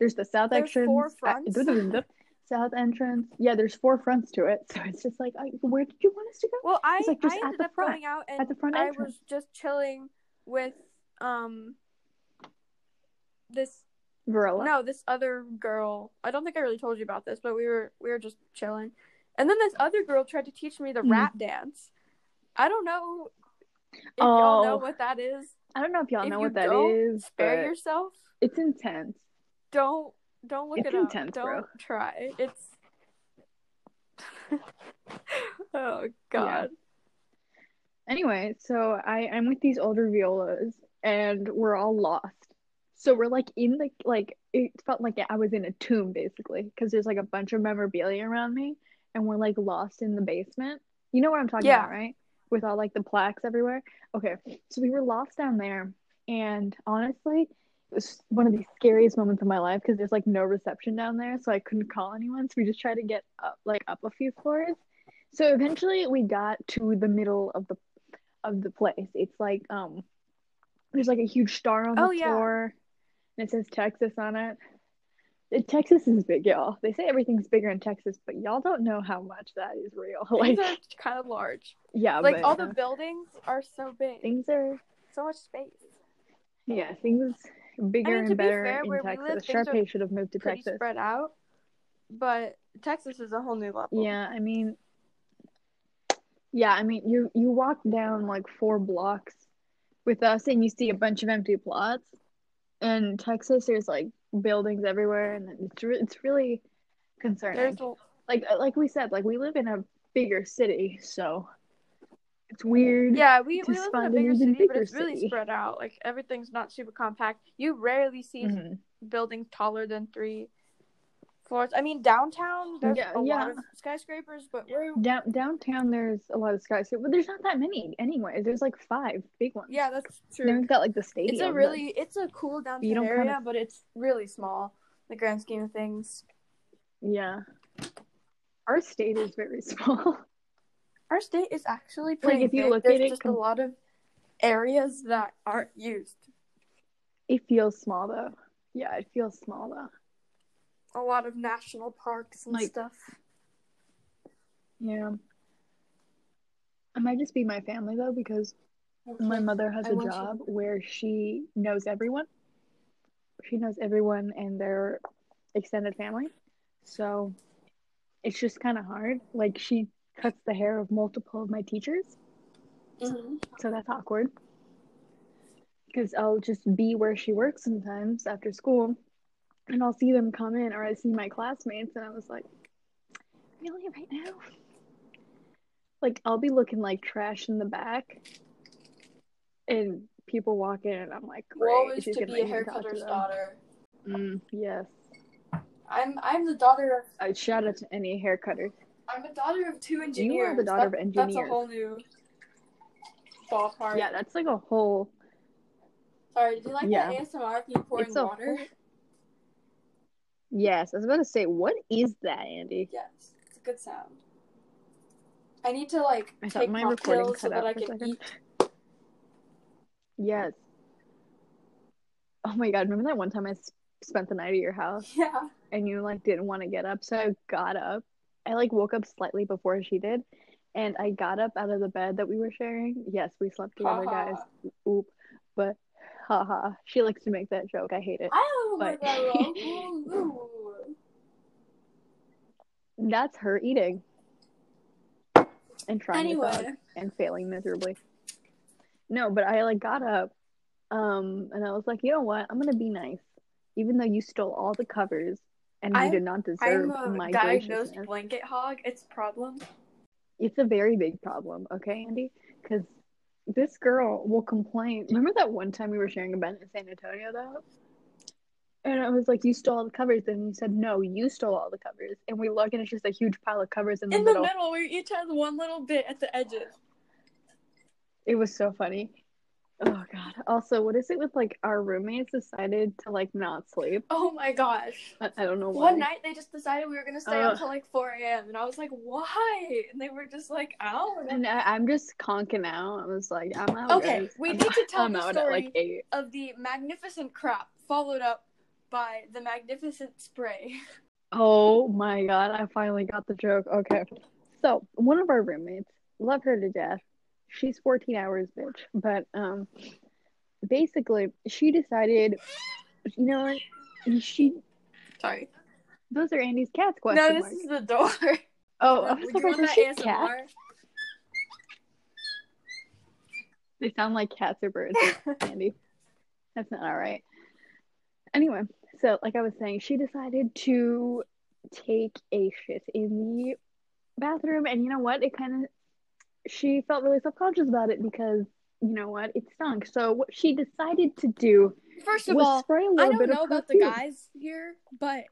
[SPEAKER 3] there's the south
[SPEAKER 2] There's
[SPEAKER 3] entrance
[SPEAKER 2] four
[SPEAKER 3] uh,
[SPEAKER 2] fronts?
[SPEAKER 3] duh, duh, duh, duh, south entrance yeah there's four fronts to it so it's just like I, where did you want us to go
[SPEAKER 2] Well, I
[SPEAKER 3] It's like just
[SPEAKER 2] I
[SPEAKER 3] at
[SPEAKER 2] ended
[SPEAKER 3] the
[SPEAKER 2] up
[SPEAKER 3] front,
[SPEAKER 2] going out and
[SPEAKER 3] at the front
[SPEAKER 2] I
[SPEAKER 3] entrance
[SPEAKER 2] was just chilling with um this
[SPEAKER 3] Varela
[SPEAKER 2] no this other girl. I don't think I really told you about this, but we were we were just chilling, and then this other girl tried to teach me the
[SPEAKER 3] Hmm.
[SPEAKER 2] rap dance. I don't know if y'all know
[SPEAKER 3] Oh.
[SPEAKER 2] what that is.
[SPEAKER 3] I don't know if y'all
[SPEAKER 2] if
[SPEAKER 3] know
[SPEAKER 2] you
[SPEAKER 3] what that
[SPEAKER 2] don't
[SPEAKER 3] is
[SPEAKER 2] Spare
[SPEAKER 3] but
[SPEAKER 2] yourself.
[SPEAKER 3] it's intense
[SPEAKER 2] Don't don't look
[SPEAKER 3] It's
[SPEAKER 2] it up.
[SPEAKER 3] intense,
[SPEAKER 2] don't
[SPEAKER 3] bro.
[SPEAKER 2] try. It's oh god.
[SPEAKER 3] anyway so I I'm with these older violas and we're all lost so we're like in the like it felt like I was in a tomb basically because there's like a bunch of memorabilia around me and we're like lost in the basement you know what I'm talking
[SPEAKER 2] Yeah.
[SPEAKER 3] about right with all like the plaques everywhere okay so we were lost down there and honestly it was one of the scariest moments of my life because there's like no reception down there so I couldn't call anyone so we just tried to get up like up a few floors so eventually we got to the middle of the of the place. It's like um there's like a huge star on the
[SPEAKER 2] Oh, yeah.
[SPEAKER 3] floor and it says Texas on it. It- Texas is big, y'all. They say everything's bigger in Texas, but y'all don't know how much that is real. Like
[SPEAKER 2] Things are kind of large.
[SPEAKER 3] yeah,
[SPEAKER 2] Like
[SPEAKER 3] but,
[SPEAKER 2] all the
[SPEAKER 3] uh,
[SPEAKER 2] buildings are so big,
[SPEAKER 3] things are
[SPEAKER 2] so much space.
[SPEAKER 3] yeah, things bigger
[SPEAKER 2] mean, to
[SPEAKER 3] and
[SPEAKER 2] be
[SPEAKER 3] better
[SPEAKER 2] fair, where
[SPEAKER 3] in
[SPEAKER 2] we live,
[SPEAKER 3] Texas.
[SPEAKER 2] things are
[SPEAKER 3] Sharpay should have moved to
[SPEAKER 2] pretty
[SPEAKER 3] Texas.
[SPEAKER 2] spread out. But Texas is a whole new level.
[SPEAKER 3] Yeah, I mean, yeah, I mean, you you walk down like four blocks with us, and you see a bunch of empty plots. And Texas, there's like buildings everywhere, and it's re- it's really concerning.
[SPEAKER 2] There's a-
[SPEAKER 3] like uh, like we said, like we live in a bigger city, so it's weird.
[SPEAKER 2] yeah, we,
[SPEAKER 3] to
[SPEAKER 2] we live in a
[SPEAKER 3] find an
[SPEAKER 2] bigger
[SPEAKER 3] even
[SPEAKER 2] city, but
[SPEAKER 3] bigger
[SPEAKER 2] it's really
[SPEAKER 3] city.
[SPEAKER 2] spread out. Like everything's not super compact. You rarely see
[SPEAKER 3] Mhm.
[SPEAKER 2] buildings taller than three floors. I mean, downtown there's
[SPEAKER 3] Yeah,
[SPEAKER 2] a
[SPEAKER 3] yeah.
[SPEAKER 2] lot of skyscrapers, but we're
[SPEAKER 3] Down, downtown, there's a lot of skyscrapers, but there's not that many anyway. There's like five big ones.
[SPEAKER 2] yeah, that's
[SPEAKER 3] Then
[SPEAKER 2] true.
[SPEAKER 3] we've got like the stadium.
[SPEAKER 2] It's a
[SPEAKER 3] but-
[SPEAKER 2] really it's a cool downtown
[SPEAKER 3] don't
[SPEAKER 2] area,
[SPEAKER 3] kinda-
[SPEAKER 2] but it's really small in the grand scheme of things.
[SPEAKER 3] yeah. Our state is very small.
[SPEAKER 2] Our state is actually pretty
[SPEAKER 3] if you
[SPEAKER 2] big.
[SPEAKER 3] look at
[SPEAKER 2] There's
[SPEAKER 3] it
[SPEAKER 2] just
[SPEAKER 3] com-
[SPEAKER 2] a lot of areas that aren't used.
[SPEAKER 3] It feels small though. Yeah, it feels small though.
[SPEAKER 2] A lot of national parks and
[SPEAKER 3] Like-
[SPEAKER 2] stuff.
[SPEAKER 3] Yeah. It might just be my family though, because my mother has
[SPEAKER 2] I
[SPEAKER 3] a
[SPEAKER 2] want you-
[SPEAKER 3] job where she knows everyone. She knows everyone and their extended family. So it's just kind of hard. Like she cuts the hair of multiple of my teachers.
[SPEAKER 2] Mhm.
[SPEAKER 3] So that's awkward. Because I'll just be where she works sometimes after school, and I'll see them come in, or I see my classmates, and I was like, really, right now? Like, I'll be looking like trash in the back, and people walk in, and I'm like,
[SPEAKER 2] Woe
[SPEAKER 3] great,
[SPEAKER 2] is
[SPEAKER 3] she's
[SPEAKER 2] to
[SPEAKER 3] gonna
[SPEAKER 2] be a
[SPEAKER 3] make me talk to
[SPEAKER 2] haircutter's
[SPEAKER 3] them."
[SPEAKER 2] daughter.
[SPEAKER 3] Mm, yes.
[SPEAKER 2] I'm I'm the daughter of
[SPEAKER 3] I shout out to any haircutter.
[SPEAKER 2] I'm the daughter of two
[SPEAKER 3] the
[SPEAKER 2] engineers.
[SPEAKER 3] daughter
[SPEAKER 2] That-
[SPEAKER 3] of
[SPEAKER 2] That's
[SPEAKER 3] engineers.
[SPEAKER 2] a whole new ballpark.
[SPEAKER 3] Yeah, that's like a whole.
[SPEAKER 2] Sorry, did you like
[SPEAKER 3] Yeah.
[SPEAKER 2] that ASMR of you pouring
[SPEAKER 3] It's a
[SPEAKER 2] water?
[SPEAKER 3] whole- Yes, I was about to say, what is that, Andy?
[SPEAKER 2] Yes, it's a good sound. I need to like
[SPEAKER 3] I thought
[SPEAKER 2] take
[SPEAKER 3] my
[SPEAKER 2] my
[SPEAKER 3] recording
[SPEAKER 2] pills so
[SPEAKER 3] cut
[SPEAKER 2] that
[SPEAKER 3] out
[SPEAKER 2] I
[SPEAKER 3] for
[SPEAKER 2] can
[SPEAKER 3] a second.
[SPEAKER 2] eat.
[SPEAKER 3] Yes. Oh my god, remember that one time I s- spent the night at your house
[SPEAKER 2] Yeah,
[SPEAKER 3] and you like didn't want to get up, so I got up. I like woke up slightly before she did, and I got up out of the bed that we were sharing. Yes, we slept together,
[SPEAKER 2] Haha.
[SPEAKER 3] guys. Oop. But haha, she likes to make that joke. I hate it.
[SPEAKER 2] I don't know
[SPEAKER 3] But-
[SPEAKER 2] that Ooh, ooh.
[SPEAKER 3] That's her eating and trying to talk
[SPEAKER 2] Anyway,
[SPEAKER 3] and failing miserably. No, but I like got up, um, and I was like, you know what? I'm gonna be nice, even though you stole all the covers and you
[SPEAKER 2] I'm-
[SPEAKER 3] did not
[SPEAKER 2] I'm
[SPEAKER 3] deserve
[SPEAKER 2] a
[SPEAKER 3] my
[SPEAKER 2] diagnosed
[SPEAKER 3] graciousness.
[SPEAKER 2] blanket hog. It's a problem.
[SPEAKER 3] It's a very big problem, okay, Andy? Because this girl will complain. Remember that one time we were sharing a bed in San Antonio, though? And I was like, you stole all the covers. And you said, no, you stole all the covers. And we look, and it's just a huge pile of covers in the
[SPEAKER 2] In the
[SPEAKER 3] middle.
[SPEAKER 2] middle, we each has one little bit at the edges.
[SPEAKER 3] It was so funny. Oh god. Also, what is it with like our roommates decided to like not sleep?
[SPEAKER 2] Oh my gosh.
[SPEAKER 3] I, I don't know Oh, why.
[SPEAKER 2] One night they just decided we were gonna stay
[SPEAKER 3] Ugh.
[SPEAKER 2] up till like 4 a.m. and I was like, why? And they were just like, ow.
[SPEAKER 3] And I, I'm just conking out. I was like, I'm out.
[SPEAKER 2] Okay,
[SPEAKER 3] guys.
[SPEAKER 2] we
[SPEAKER 3] I'm,
[SPEAKER 2] need to tell
[SPEAKER 3] I'm
[SPEAKER 2] the
[SPEAKER 3] out
[SPEAKER 2] story
[SPEAKER 3] at like eight.
[SPEAKER 2] Of the magnificent crop, followed up by the magnificent spray.
[SPEAKER 3] Oh my god, I finally got the joke. Okay. So one of our roommates, love her to death. She's 14 hours, bitch. But um basically she decided you know what? She
[SPEAKER 2] Sorry.
[SPEAKER 3] those are Andy's cat's question
[SPEAKER 2] No, this
[SPEAKER 3] mark.
[SPEAKER 2] is the door.
[SPEAKER 3] Oh, I was
[SPEAKER 2] Would
[SPEAKER 3] like,
[SPEAKER 2] you want
[SPEAKER 3] is
[SPEAKER 2] that
[SPEAKER 3] she a cat?
[SPEAKER 2] ASMR?
[SPEAKER 3] They sound like cats or birds, Andy. That's not all right. Anyway, so like I was saying, she decided to take a shit in the bathroom, and you know what? It kind of she felt really self conscious about it because you know what? It stunk. So what she decided to do
[SPEAKER 4] First of
[SPEAKER 3] was
[SPEAKER 4] all,
[SPEAKER 3] spray a little
[SPEAKER 4] I don't
[SPEAKER 3] bit
[SPEAKER 4] know
[SPEAKER 3] of
[SPEAKER 4] about the
[SPEAKER 3] perfume.
[SPEAKER 4] guys here, but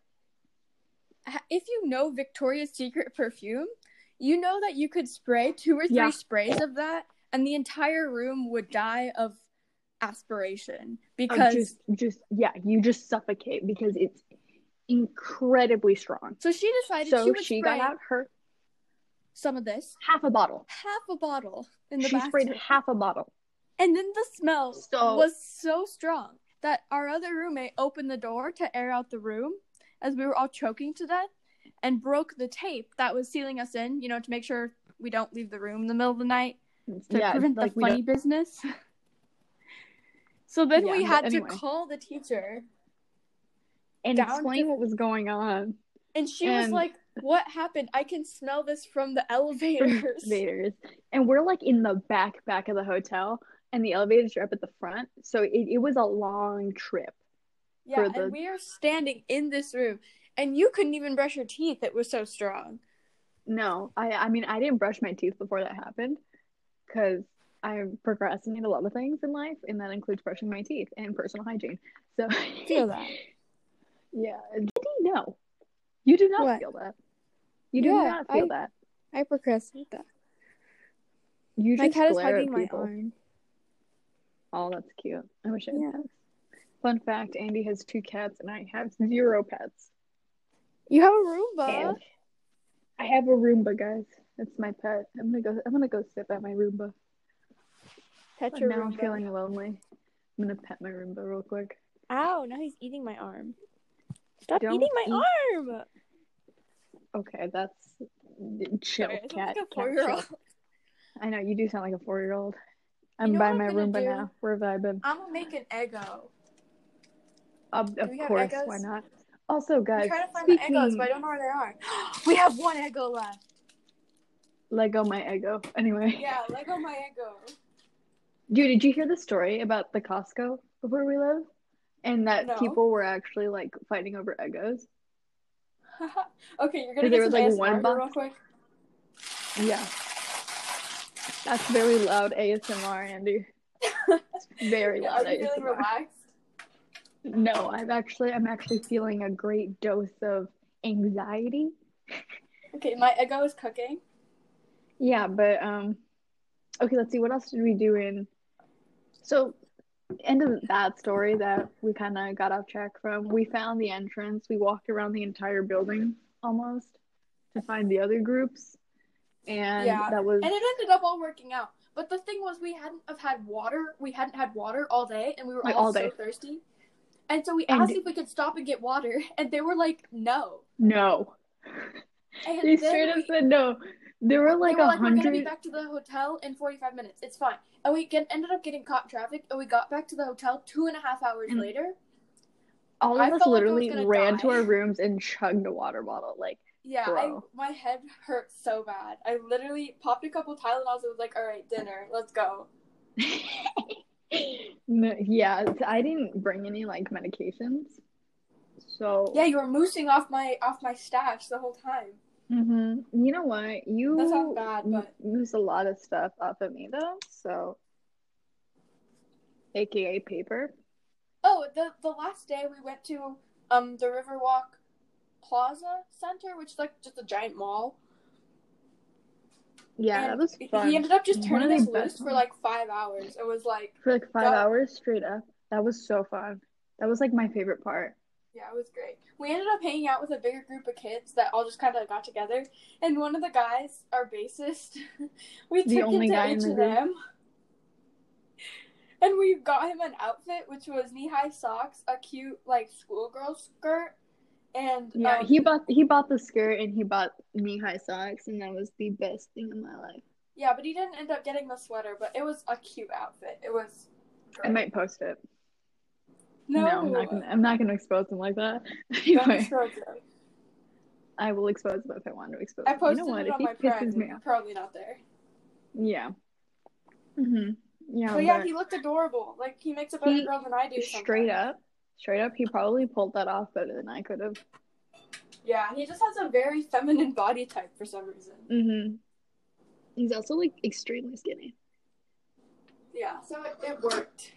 [SPEAKER 4] ha- if you know Victoria's Secret perfume, you know that you could spray two or three
[SPEAKER 3] Yeah.
[SPEAKER 4] sprays of that, and the entire room would die of aspiration
[SPEAKER 3] Or
[SPEAKER 4] because.
[SPEAKER 3] Oh, just just yeah, you just suffocate because it's incredibly strong.
[SPEAKER 4] so she decided
[SPEAKER 3] So
[SPEAKER 4] she would
[SPEAKER 3] she
[SPEAKER 4] spray
[SPEAKER 3] got out her
[SPEAKER 4] some of this,
[SPEAKER 3] half a bottle.
[SPEAKER 4] half a bottle in the
[SPEAKER 3] she
[SPEAKER 4] bathroom,
[SPEAKER 3] sprayed half a bottle.
[SPEAKER 4] and then the smell
[SPEAKER 3] So-
[SPEAKER 4] was so strong that our other roommate opened the door to air out the room as we were all choking to death, and broke the tape that was sealing us in, you know, to make sure we don't leave the room in the middle of the night. to prevent the
[SPEAKER 3] we
[SPEAKER 4] funny
[SPEAKER 3] don't-
[SPEAKER 4] business.
[SPEAKER 1] So then
[SPEAKER 5] Yeah,
[SPEAKER 1] we
[SPEAKER 5] but
[SPEAKER 1] had
[SPEAKER 5] anyway.
[SPEAKER 1] to call the teacher,
[SPEAKER 3] and
[SPEAKER 1] Down
[SPEAKER 3] explain what was going on.
[SPEAKER 1] and she was
[SPEAKER 3] And-
[SPEAKER 1] like, "What happened? I can smell this from the elevators."
[SPEAKER 3] elevators. And we're like in the back back of the hotel and the elevators are up at the front. So it, it was a long trip.
[SPEAKER 1] yeah,
[SPEAKER 3] for
[SPEAKER 1] and
[SPEAKER 3] the-
[SPEAKER 1] we are standing in this room, and you couldn't even brush your teeth; it was so strong.
[SPEAKER 3] No, I I mean I didn't brush my teeth before that happened because I procrastinate a lot of things in life and that includes brushing my teeth and personal hygiene. So
[SPEAKER 1] Feel that?
[SPEAKER 3] Yeah. Did he know? You do not
[SPEAKER 1] What?
[SPEAKER 3] feel that. You do
[SPEAKER 1] Yeah,
[SPEAKER 3] not feel
[SPEAKER 1] I-
[SPEAKER 3] that.
[SPEAKER 1] I procrastinate that.
[SPEAKER 3] You
[SPEAKER 1] My
[SPEAKER 3] just
[SPEAKER 1] cat is
[SPEAKER 3] glare at
[SPEAKER 1] hugging my
[SPEAKER 3] people.
[SPEAKER 1] arm.
[SPEAKER 3] Oh, that's cute. I wish I had
[SPEAKER 1] Yeah.
[SPEAKER 3] cats. Fun fact, Andy has two cats and I have zero pets.
[SPEAKER 1] You have a Roomba.
[SPEAKER 3] And I have a Roomba, guys. That's my pet. I'm gonna go I'm gonna go sit at my Roomba.
[SPEAKER 1] Pet
[SPEAKER 3] Now
[SPEAKER 1] your
[SPEAKER 3] I'm
[SPEAKER 1] Roomba.
[SPEAKER 3] feeling lonely. I'm gonna pet my Roomba real quick.
[SPEAKER 1] Ow! Now he's eating my arm. Stop
[SPEAKER 3] Don't
[SPEAKER 1] eating my arm.
[SPEAKER 3] Okay, that's chill,
[SPEAKER 1] Sorry, I
[SPEAKER 3] cat.
[SPEAKER 1] sound like a
[SPEAKER 3] cat,
[SPEAKER 1] four-year-old.
[SPEAKER 3] chill. I know you do sound like a four year old. I'm
[SPEAKER 1] know
[SPEAKER 3] by
[SPEAKER 1] what I'm
[SPEAKER 3] my
[SPEAKER 1] gonna
[SPEAKER 3] Roomba
[SPEAKER 1] do?
[SPEAKER 3] now. We're vibing.
[SPEAKER 2] I'm gonna make an Eggo.
[SPEAKER 3] Of, of
[SPEAKER 2] we have
[SPEAKER 3] course,
[SPEAKER 2] Eggos?
[SPEAKER 3] why not? Also,
[SPEAKER 1] Uh,
[SPEAKER 2] I'm
[SPEAKER 3] guys,
[SPEAKER 2] trying to find
[SPEAKER 3] speaking
[SPEAKER 2] the Eggos, but I don't know where they are. we have one Eggo left.
[SPEAKER 3] Lego my ego. Anyway,
[SPEAKER 2] Yeah, Lego my Eggo.
[SPEAKER 3] dude, did you hear the story about the Costco before we live, and that
[SPEAKER 2] No.
[SPEAKER 3] people were actually like fighting over egos?
[SPEAKER 2] okay, you're
[SPEAKER 3] There
[SPEAKER 2] gonna get some
[SPEAKER 3] was, like,
[SPEAKER 2] ASMR
[SPEAKER 3] one
[SPEAKER 2] here
[SPEAKER 3] box.
[SPEAKER 2] real quick.
[SPEAKER 3] Yeah, that's very loud ASMR, Andy. It's very
[SPEAKER 2] Yeah, are
[SPEAKER 3] loud
[SPEAKER 2] you feeling
[SPEAKER 3] ASMR.
[SPEAKER 2] relaxed?
[SPEAKER 3] No, I'm actually I'm actually feeling a great dose of anxiety.
[SPEAKER 2] Okay, my Eggo is cooking.
[SPEAKER 3] Yeah, but um okay, let's see what else did we do in so end of that story that we kind of got off track from. We found the entrance. We walked around the entire building almost to find the other groups. And
[SPEAKER 2] Yeah,
[SPEAKER 3] that was
[SPEAKER 2] And it ended up all working out. But the thing was, we hadn't have had water. We hadn't had water all day, and we were
[SPEAKER 3] Like,
[SPEAKER 2] all,
[SPEAKER 3] all
[SPEAKER 2] so
[SPEAKER 3] day.
[SPEAKER 2] thirsty. And so we
[SPEAKER 3] And-
[SPEAKER 2] asked if we could stop and get water, and they were like, "No."
[SPEAKER 3] no.
[SPEAKER 2] And
[SPEAKER 3] They
[SPEAKER 2] then
[SPEAKER 3] straight
[SPEAKER 2] we-
[SPEAKER 3] up said no. There were like
[SPEAKER 2] they were
[SPEAKER 3] a
[SPEAKER 2] like, "We're gonna be
[SPEAKER 3] hundred
[SPEAKER 2] back to the hotel in forty-five minutes. It's fine." And we get, ended up getting caught in traffic, and we got back to the hotel two and a half hours
[SPEAKER 3] Mm.
[SPEAKER 2] later.
[SPEAKER 3] all
[SPEAKER 2] I
[SPEAKER 3] of us
[SPEAKER 2] felt like I was
[SPEAKER 3] literally
[SPEAKER 2] gonna
[SPEAKER 3] ran
[SPEAKER 2] die.
[SPEAKER 3] to our rooms and chugged a water bottle. Like
[SPEAKER 2] Yeah, I,
[SPEAKER 3] Bro.
[SPEAKER 2] my head hurt so bad. I literally popped a couple Tylenols and was like, "All right, dinner, let's go."
[SPEAKER 3] No, yeah, I didn't bring any like medications. So
[SPEAKER 2] Yeah, you were moosing off my off my stash the whole time.
[SPEAKER 3] hmm You know what? You
[SPEAKER 2] That sounds bad, but-
[SPEAKER 3] use a lot of stuff up at me though, so AKA paper.
[SPEAKER 2] Oh, the the last day we went to um the Riverwalk Plaza Center, which is like just a giant mall.
[SPEAKER 3] Yeah,
[SPEAKER 2] And
[SPEAKER 3] that was
[SPEAKER 2] he-
[SPEAKER 3] fun.
[SPEAKER 2] He ended up just
[SPEAKER 3] One
[SPEAKER 2] turning
[SPEAKER 3] of the
[SPEAKER 2] us
[SPEAKER 3] best
[SPEAKER 2] loose for
[SPEAKER 3] ones.
[SPEAKER 2] like five hours. It was like
[SPEAKER 3] For like five
[SPEAKER 2] that-
[SPEAKER 3] hours straight up. That was so fun. That was like my favorite part.
[SPEAKER 2] yeah, it was great. We ended up hanging out with a bigger group of kids that all just kind of got together, and one of the guys, our bassist, we
[SPEAKER 3] The
[SPEAKER 2] took
[SPEAKER 3] only
[SPEAKER 2] him
[SPEAKER 3] guy
[SPEAKER 2] to
[SPEAKER 3] in
[SPEAKER 2] H
[SPEAKER 3] the
[SPEAKER 2] and
[SPEAKER 3] group.
[SPEAKER 2] M, and we got him an outfit which was knee high socks, a cute like schoolgirl skirt, and
[SPEAKER 3] Yeah,
[SPEAKER 2] um,
[SPEAKER 3] he bought he bought the skirt and he bought knee high socks and that was the best thing in my life.
[SPEAKER 2] Yeah, but he didn't end up getting the sweater, but it was a cute outfit. It was.
[SPEAKER 3] I might post it.
[SPEAKER 2] No,
[SPEAKER 3] I'm not gonna I'm not gonna expose him like that.
[SPEAKER 2] Don't
[SPEAKER 3] Anyway.
[SPEAKER 2] destroy them.
[SPEAKER 3] I will expose them if I want to expose
[SPEAKER 2] I
[SPEAKER 3] them.
[SPEAKER 2] posted
[SPEAKER 3] you know what?
[SPEAKER 2] it
[SPEAKER 3] if
[SPEAKER 2] on
[SPEAKER 3] he
[SPEAKER 2] my
[SPEAKER 3] pisses
[SPEAKER 2] friend.
[SPEAKER 3] me off,
[SPEAKER 2] Probably not there.
[SPEAKER 3] yeah, hmm yeah,
[SPEAKER 2] but yeah,
[SPEAKER 3] but
[SPEAKER 2] he looked adorable. Like he makes a better
[SPEAKER 3] He-
[SPEAKER 2] girl than I do.
[SPEAKER 3] straight
[SPEAKER 2] sometimes.
[SPEAKER 3] up, straight up, he probably pulled that off better than I could have.
[SPEAKER 2] Yeah, he just has a very feminine body type for some reason.
[SPEAKER 3] hmm He's also like extremely skinny.
[SPEAKER 2] Yeah, so it, it worked.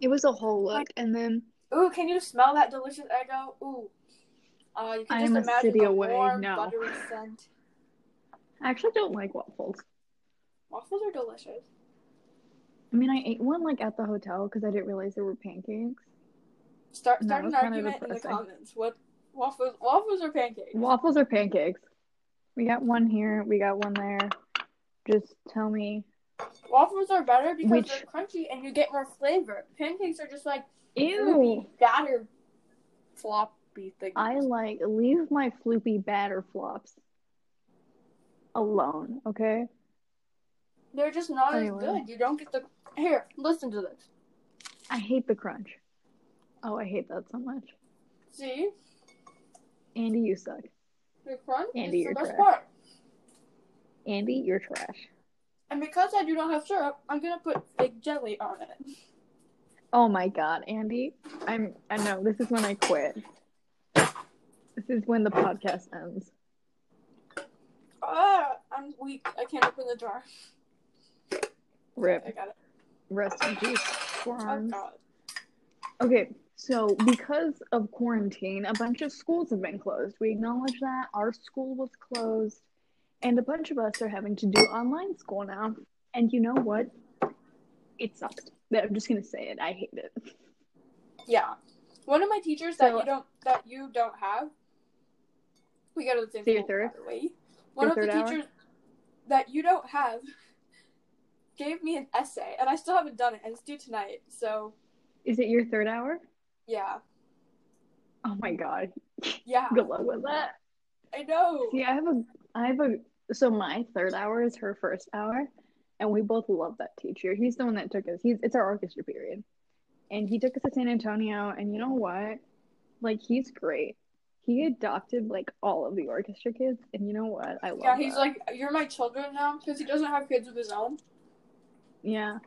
[SPEAKER 3] It was a whole look, and then
[SPEAKER 2] Ooh, can you smell that delicious Eggo? Ooh. Uh, you can just
[SPEAKER 3] I'm a
[SPEAKER 2] imagine
[SPEAKER 3] city
[SPEAKER 2] the
[SPEAKER 3] away
[SPEAKER 2] warm,
[SPEAKER 3] now.
[SPEAKER 2] buttery scent.
[SPEAKER 3] I actually don't like waffles.
[SPEAKER 2] Waffles are delicious.
[SPEAKER 3] I mean, I ate one like at the hotel because I didn't realize there were pancakes.
[SPEAKER 2] Start
[SPEAKER 3] No,
[SPEAKER 2] start an
[SPEAKER 3] it's kind of
[SPEAKER 2] argument in the
[SPEAKER 3] depressing.
[SPEAKER 2] comments. What waffles? Waffles or pancakes?
[SPEAKER 3] Waffles or pancakes? We got one here, we got one there. Just tell me.
[SPEAKER 2] Waffles are better because
[SPEAKER 3] Which-
[SPEAKER 2] they're crunchy and you get more flavor. Pancakes are just like
[SPEAKER 3] Ew.
[SPEAKER 2] floopy, batter, floppy things.
[SPEAKER 3] I like leave my floopy batter flops alone, okay?
[SPEAKER 2] They're just not
[SPEAKER 3] Anyway.
[SPEAKER 2] as good. You don't get the. Here, listen to this.
[SPEAKER 3] I hate the crunch. Oh, I hate that so much.
[SPEAKER 2] See?
[SPEAKER 3] Andy, you suck.
[SPEAKER 2] The crunch
[SPEAKER 3] Andy,
[SPEAKER 2] is
[SPEAKER 3] you're
[SPEAKER 2] the best
[SPEAKER 3] correct.
[SPEAKER 2] part.
[SPEAKER 3] Andy, you're trash.
[SPEAKER 2] And because I do not have syrup, I'm gonna put fig jelly on it.
[SPEAKER 3] Oh my god, Andy. I'm I know this is when I quit. This is when the podcast ends.
[SPEAKER 2] Ah, I'm weak. I can't open the jar. I
[SPEAKER 3] Rip.
[SPEAKER 2] got it.
[SPEAKER 3] Rest in peace.
[SPEAKER 2] Oh
[SPEAKER 3] Forearms.
[SPEAKER 2] god.
[SPEAKER 3] Okay, so because of quarantine, a bunch of schools have been closed. We acknowledge that our school was closed, and a bunch of us are having to do online school now. And you know what? It sucks. I'm just gonna say it. I hate it.
[SPEAKER 2] Yeah. One of my teachers that
[SPEAKER 3] So-
[SPEAKER 2] you don't that you don't have. We go to the same
[SPEAKER 3] So your
[SPEAKER 2] school, by
[SPEAKER 3] third-
[SPEAKER 2] the way. One
[SPEAKER 3] your
[SPEAKER 2] of the
[SPEAKER 3] third hour?
[SPEAKER 2] teachers that you don't have gave me an essay, and I still haven't done it, and it's due tonight. So
[SPEAKER 3] Is it your third hour?
[SPEAKER 2] yeah,
[SPEAKER 3] Oh my god.
[SPEAKER 2] yeah,
[SPEAKER 3] Good luck with that.
[SPEAKER 2] I know.
[SPEAKER 3] See, I have a, I have a. So my third hour is her first hour, and we both love that teacher. He's the one that took us. He's it's our orchestra period, and he took us to San Antonio. And you know what? Like he's great. He adopted like all of the orchestra kids, and you know what? I love.
[SPEAKER 2] Yeah, he's
[SPEAKER 3] that.
[SPEAKER 2] like, you're my children now, because he doesn't have kids of his own.
[SPEAKER 3] yeah.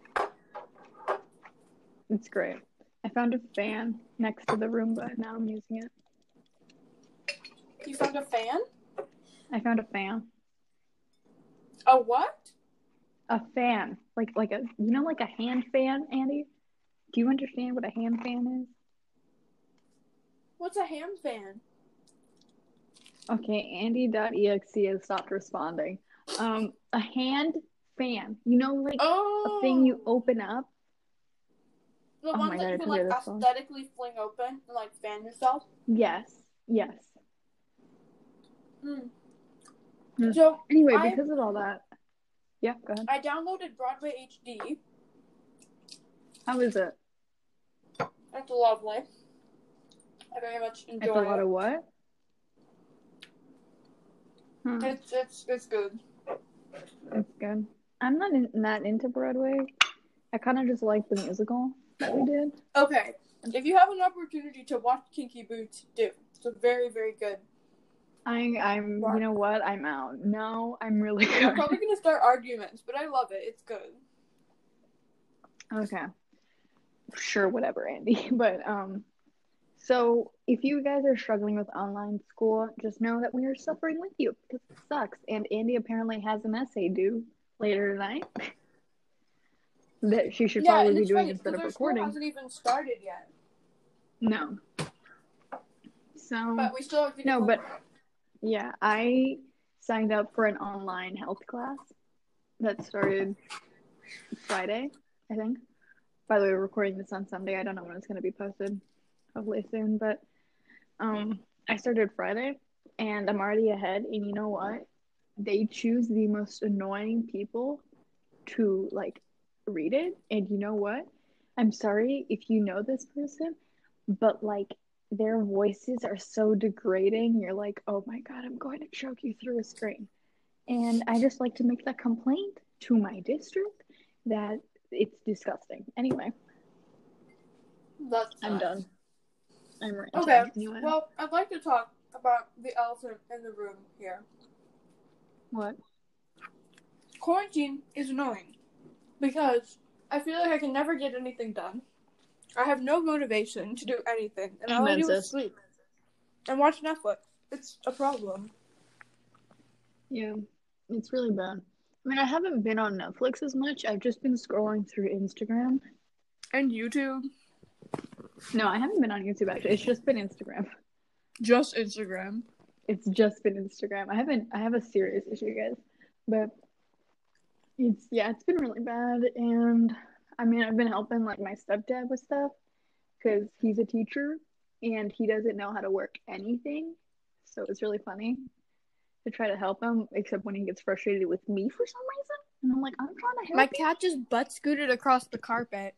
[SPEAKER 3] It's great. I found a fan next to the Roomba. and Now I'm using it.
[SPEAKER 2] You found a fan?
[SPEAKER 3] I found a fan.
[SPEAKER 2] A what?
[SPEAKER 3] a fan like like a you know like a hand fan andy do you understand what a hand fan
[SPEAKER 2] What's a ham fan?
[SPEAKER 3] is okay andy.exe has stopped responding um a hand fan you know like
[SPEAKER 2] Oh,
[SPEAKER 3] a thing you open up
[SPEAKER 2] the
[SPEAKER 3] Oh
[SPEAKER 2] one
[SPEAKER 3] my God,
[SPEAKER 2] that
[SPEAKER 3] I
[SPEAKER 2] you can like
[SPEAKER 3] forget this one.
[SPEAKER 2] aesthetically fling open and like fan yourself.
[SPEAKER 3] yes yes
[SPEAKER 2] Hmm.
[SPEAKER 3] Hmm.
[SPEAKER 2] So
[SPEAKER 3] anyway
[SPEAKER 2] I-
[SPEAKER 3] because of all that yeah go ahead
[SPEAKER 2] I downloaded Broadway HD.
[SPEAKER 3] how is it
[SPEAKER 2] That's lovely. I very much
[SPEAKER 3] it's a
[SPEAKER 2] enjoy
[SPEAKER 3] lot
[SPEAKER 2] it.
[SPEAKER 3] of what Hmm,
[SPEAKER 2] It's it's it's good.
[SPEAKER 3] that's good i'm not in, not into broadway i kind of just like the musical that we did
[SPEAKER 2] Okay, if you have an opportunity to watch Kinky Boots, do. It's a very very good.
[SPEAKER 3] I, I'm,
[SPEAKER 2] Mark.
[SPEAKER 3] you know what? I'm out. No, I'm really
[SPEAKER 2] We're
[SPEAKER 3] good.
[SPEAKER 2] probably gonna start arguments, but I love it. It's good.
[SPEAKER 3] Okay. Sure, whatever, Andy. But um so if you guys are struggling with online school, just know that we are suffering with you because it sucks. And Andy apparently has an essay due later tonight that she should
[SPEAKER 2] and
[SPEAKER 3] probably be
[SPEAKER 2] it's
[SPEAKER 3] doing
[SPEAKER 2] funny,
[SPEAKER 3] instead
[SPEAKER 2] 'cause
[SPEAKER 3] of
[SPEAKER 2] our school
[SPEAKER 3] recording.
[SPEAKER 2] hasn't even started yet,
[SPEAKER 3] No. So
[SPEAKER 2] but we still have to.
[SPEAKER 3] No,
[SPEAKER 2] go-
[SPEAKER 3] but yeah, I signed up for an online health class that started Friday, I think. By the way, we're recording this on Sunday. I don't know when it's going to be posted, hopefully soon. But um, I started Friday, and I'm already ahead. And you know what? They choose the most annoying people to like read it. And you know what? I'm sorry if you know this person, but like their voices are so degrading. You're like, oh my God, I'm going to choke you through a screen. And I just like to make that complaint to my district that it's disgusting. Anyway,
[SPEAKER 2] that's
[SPEAKER 3] I'm
[SPEAKER 2] not-
[SPEAKER 3] done. I'm ranting.
[SPEAKER 2] Okay.
[SPEAKER 3] Anyway.
[SPEAKER 2] Well, I'd like to talk about the elephant in the room here.
[SPEAKER 3] what?
[SPEAKER 2] Quarantine is annoying because I feel like I can never get anything done. I have no motivation to do anything, and all I
[SPEAKER 3] Amen,
[SPEAKER 2] do is
[SPEAKER 3] sis.
[SPEAKER 2] sleep and watch Netflix. It's a problem.
[SPEAKER 3] Yeah, it's really bad. I mean, I haven't been on Netflix as much. I've just been scrolling through Instagram.
[SPEAKER 2] And YouTube,
[SPEAKER 3] No, I haven't been on YouTube actually. It's just been Instagram.
[SPEAKER 2] just Instagram.
[SPEAKER 3] it's just been Instagram. I haven't I have a serious issue, guys. But it's yeah, it's been really bad and I mean, I've been helping like my stepdad with stuff cuz he's a teacher and he doesn't know how to work anything. So it's really funny to try to help him except when he gets frustrated with me for some reason. And I'm like, I'm trying to help
[SPEAKER 6] My cat just butt scooted across the carpet.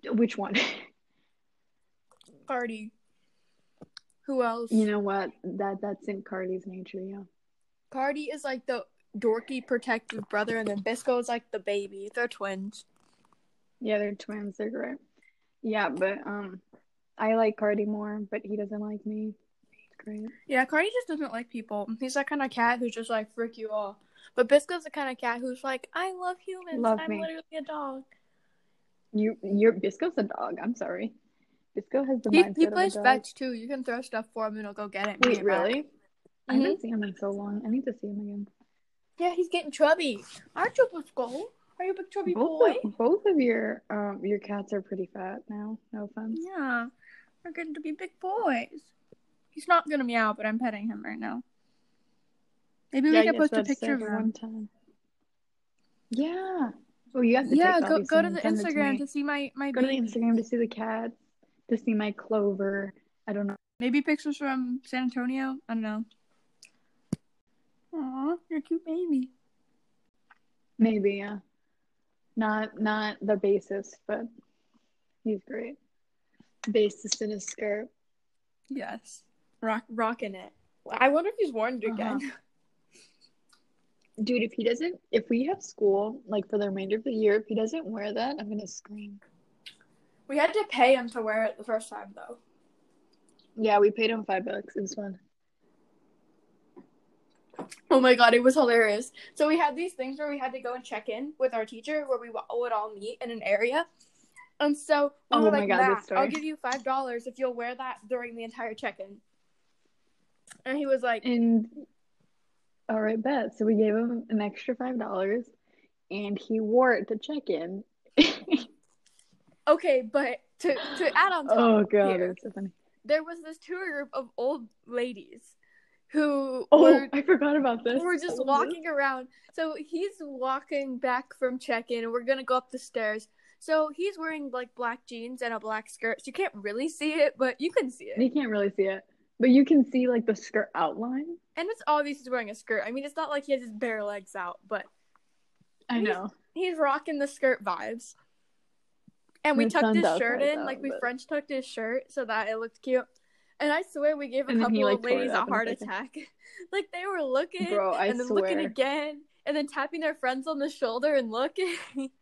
[SPEAKER 3] you. Which one?
[SPEAKER 6] Cardi. Who else?
[SPEAKER 3] you know what? That that's in Cardi's nature, yeah.
[SPEAKER 6] Cardi is like the dorky protective brother, and then Bisco is like the baby. They're twins.
[SPEAKER 3] Yeah, they're twins. They're great. Yeah, but um, I like Cardi more, but he doesn't like me. It's great.
[SPEAKER 2] Yeah, Cardi just doesn't like people. He's that kind of cat who's just like frick you all. But Bisco's the kind of cat who's like, I love humans.
[SPEAKER 3] Love
[SPEAKER 2] I'm
[SPEAKER 3] me."
[SPEAKER 2] literally a dog.
[SPEAKER 3] You, your Bisco's a dog. I'm sorry. Bisco has the
[SPEAKER 2] He,
[SPEAKER 3] mindset
[SPEAKER 2] he
[SPEAKER 3] of a
[SPEAKER 2] plays
[SPEAKER 3] dog.
[SPEAKER 2] fetch too. You can throw stuff for him and he'll go get it. and bring
[SPEAKER 3] Wait,
[SPEAKER 2] it back.
[SPEAKER 3] really? I
[SPEAKER 2] Mm-hmm.
[SPEAKER 3] haven't seen him in so long. I need to see him again.
[SPEAKER 2] Yeah, he's getting chubby. Aren't you Bisco? Are you a big chubby boy?
[SPEAKER 3] Both of, both of your um your cats are pretty fat now. No offense.
[SPEAKER 2] Yeah, we're going to be big boys. He's not gonna meow, but I'm petting him right now. Maybe
[SPEAKER 3] Yeah,
[SPEAKER 2] we can
[SPEAKER 3] yes,
[SPEAKER 2] post a
[SPEAKER 3] that's
[SPEAKER 2] picture of
[SPEAKER 3] the
[SPEAKER 2] him.
[SPEAKER 3] one time. Yeah. Well, you have to.
[SPEAKER 2] Yeah,
[SPEAKER 3] take,
[SPEAKER 2] go go to
[SPEAKER 3] obviously,
[SPEAKER 2] the
[SPEAKER 3] and send it
[SPEAKER 2] Instagram
[SPEAKER 3] me.
[SPEAKER 2] to see my my
[SPEAKER 3] go to the
[SPEAKER 2] baby.
[SPEAKER 3] Instagram to see the cats, to see my clover. I don't know.
[SPEAKER 2] Maybe pictures from San Antonio. I don't know. Aw, you're a cute baby.
[SPEAKER 3] Maybe yeah. Not not the bassist, but he's great. Bassist in a skirt.
[SPEAKER 2] Yes, rock rocking it. I wonder if he's worn it again.
[SPEAKER 3] Dude, if he doesn't, if we have school like for the remainder of the year, if he doesn't wear that, I'm gonna scream.
[SPEAKER 2] We had to pay him to wear it the first time though.
[SPEAKER 3] Yeah, we paid him five bucks. It was fun.
[SPEAKER 2] Oh my god, it was hilarious. So we had these things where we had to go and check in with our teacher, where we wa- would all meet in an area. And so we
[SPEAKER 3] Oh
[SPEAKER 2] were
[SPEAKER 3] my
[SPEAKER 2] like,
[SPEAKER 3] God, this
[SPEAKER 2] "Matt,
[SPEAKER 3] story."
[SPEAKER 2] I'll give you five dollars if you'll wear that during the entire check-in. And he was like,
[SPEAKER 3] And all right, bet. So we gave him an extra five dollars, and he wore it to check in.
[SPEAKER 2] "Okay, but to to add on top,
[SPEAKER 3] oh god,
[SPEAKER 2] here.
[SPEAKER 3] it's so funny.
[SPEAKER 2] there was this tour group of old ladies who
[SPEAKER 3] Oh,
[SPEAKER 2] were
[SPEAKER 3] I forgot about this. Oh,
[SPEAKER 2] We're just walking around. So he's walking back from check in, and we're gonna go up the stairs. So he's wearing like black jeans and a black skirt. So you can't really see it, but you can see it.
[SPEAKER 3] You can't really see it, but you can see like the skirt outline.
[SPEAKER 2] And it's obvious he's wearing a skirt. I mean, it's not like he has his bare legs out, but
[SPEAKER 3] I
[SPEAKER 2] He's-
[SPEAKER 3] know.
[SPEAKER 2] he's rocking the skirt vibes. And we
[SPEAKER 3] That
[SPEAKER 2] tucked
[SPEAKER 3] sounds
[SPEAKER 2] his
[SPEAKER 3] outside
[SPEAKER 2] shirt in,
[SPEAKER 3] though,
[SPEAKER 2] like we
[SPEAKER 3] but-
[SPEAKER 2] French tucked his shirt so that it looked cute. And I swear we gave a
[SPEAKER 3] And then
[SPEAKER 2] couple
[SPEAKER 3] he,
[SPEAKER 2] of
[SPEAKER 3] like, tore it
[SPEAKER 2] ladies a
[SPEAKER 3] up in a
[SPEAKER 2] heart
[SPEAKER 3] second.
[SPEAKER 2] attack. like they were looking
[SPEAKER 3] Bro, I
[SPEAKER 2] and then looking
[SPEAKER 3] swear.
[SPEAKER 2] again and then tapping their friends on the shoulder and looking.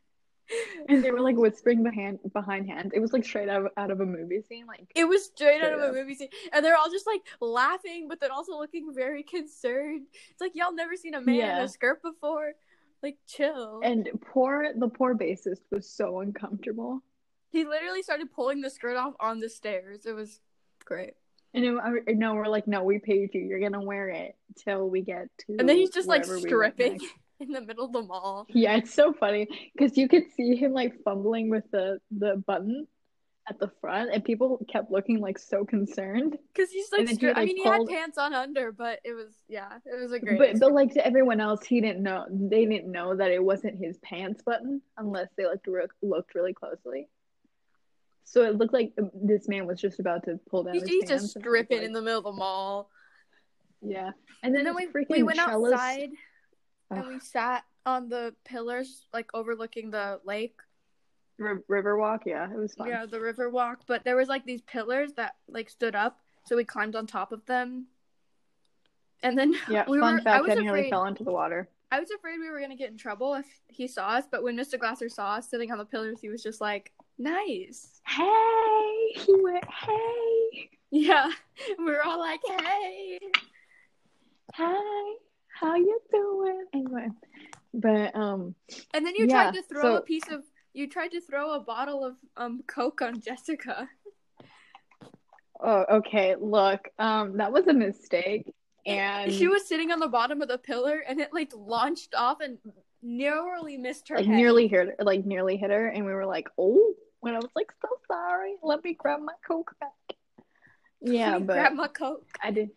[SPEAKER 3] And they were like whispering behind behind hands. It was like straight out of, out of a movie scene. Like
[SPEAKER 2] It was straight out of a
[SPEAKER 3] Straight up.
[SPEAKER 2] movie scene, and they're all just like laughing, but then also looking very concerned. It's like y'all never seen a man in
[SPEAKER 3] Yeah.
[SPEAKER 2] a skirt before. Like chill.
[SPEAKER 3] and poor the poor bassist was so uncomfortable.
[SPEAKER 2] he literally started pulling the skirt off on the stairs. It was great.
[SPEAKER 3] And it, I, no, we're like, no, we paid you. You're gonna wear it till we get to.
[SPEAKER 2] And then he's just like
[SPEAKER 3] wherever we went
[SPEAKER 2] stripping
[SPEAKER 3] next."
[SPEAKER 2] in the middle of the mall.
[SPEAKER 3] Yeah, it's so funny because you could see him like fumbling with the the button at the front, and people kept looking like so concerned.
[SPEAKER 2] Cause he's
[SPEAKER 3] And
[SPEAKER 2] like,
[SPEAKER 3] then he,
[SPEAKER 2] stri- I
[SPEAKER 3] like,
[SPEAKER 2] mean,
[SPEAKER 3] called-
[SPEAKER 2] he had pants on under, but it was yeah, it was a great.
[SPEAKER 3] But but like to everyone else, he didn't know. They didn't know that it wasn't his pants button unless they looked re- looked really closely. So it looked like um, this man was just about to pull down
[SPEAKER 2] he's,
[SPEAKER 3] his
[SPEAKER 2] he's
[SPEAKER 3] pants.
[SPEAKER 2] just
[SPEAKER 3] and, like,
[SPEAKER 2] stripping in
[SPEAKER 3] like-
[SPEAKER 2] the middle of the mall.
[SPEAKER 3] yeah. And then,
[SPEAKER 2] And then we
[SPEAKER 3] this freaking
[SPEAKER 2] we went
[SPEAKER 3] cellist-
[SPEAKER 2] outside and
[SPEAKER 3] Ugh.
[SPEAKER 2] we sat on the pillars, like overlooking the lake.
[SPEAKER 3] Ri- Riverwalk. Yeah, it was fun.
[SPEAKER 2] Yeah, the river walk. But there was like these pillars that like stood up, so we climbed on top of them. And then
[SPEAKER 3] Yeah,
[SPEAKER 2] we
[SPEAKER 3] fun
[SPEAKER 2] were, I
[SPEAKER 3] fact
[SPEAKER 2] was
[SPEAKER 3] that nearly
[SPEAKER 2] afraid
[SPEAKER 3] fell into the water.
[SPEAKER 2] I was afraid we were gonna get in trouble if he saw us, but when Mr. Glasser saw us sitting on the pillars, he was just like, Nice.
[SPEAKER 3] Hey, he went. Hey,
[SPEAKER 2] Yeah. We were all like, Hey
[SPEAKER 3] hi, how you doing? Anyway, but um,
[SPEAKER 2] And then you
[SPEAKER 3] Yeah,
[SPEAKER 2] tried to throw
[SPEAKER 3] so-
[SPEAKER 2] a piece of you tried to throw a bottle of um Coke on Jessica.
[SPEAKER 3] oh, okay. Look, um, that was a mistake, and
[SPEAKER 2] she was sitting on the bottom of the pillar and it like launched off and narrowly missed her
[SPEAKER 3] like
[SPEAKER 2] head.
[SPEAKER 3] nearly hit, her, like nearly hit her, and we were like, oh, when I was like, so sorry. Let me grab my coke back. Yeah,
[SPEAKER 2] Let me
[SPEAKER 3] but
[SPEAKER 2] grab my Coke.
[SPEAKER 3] I did.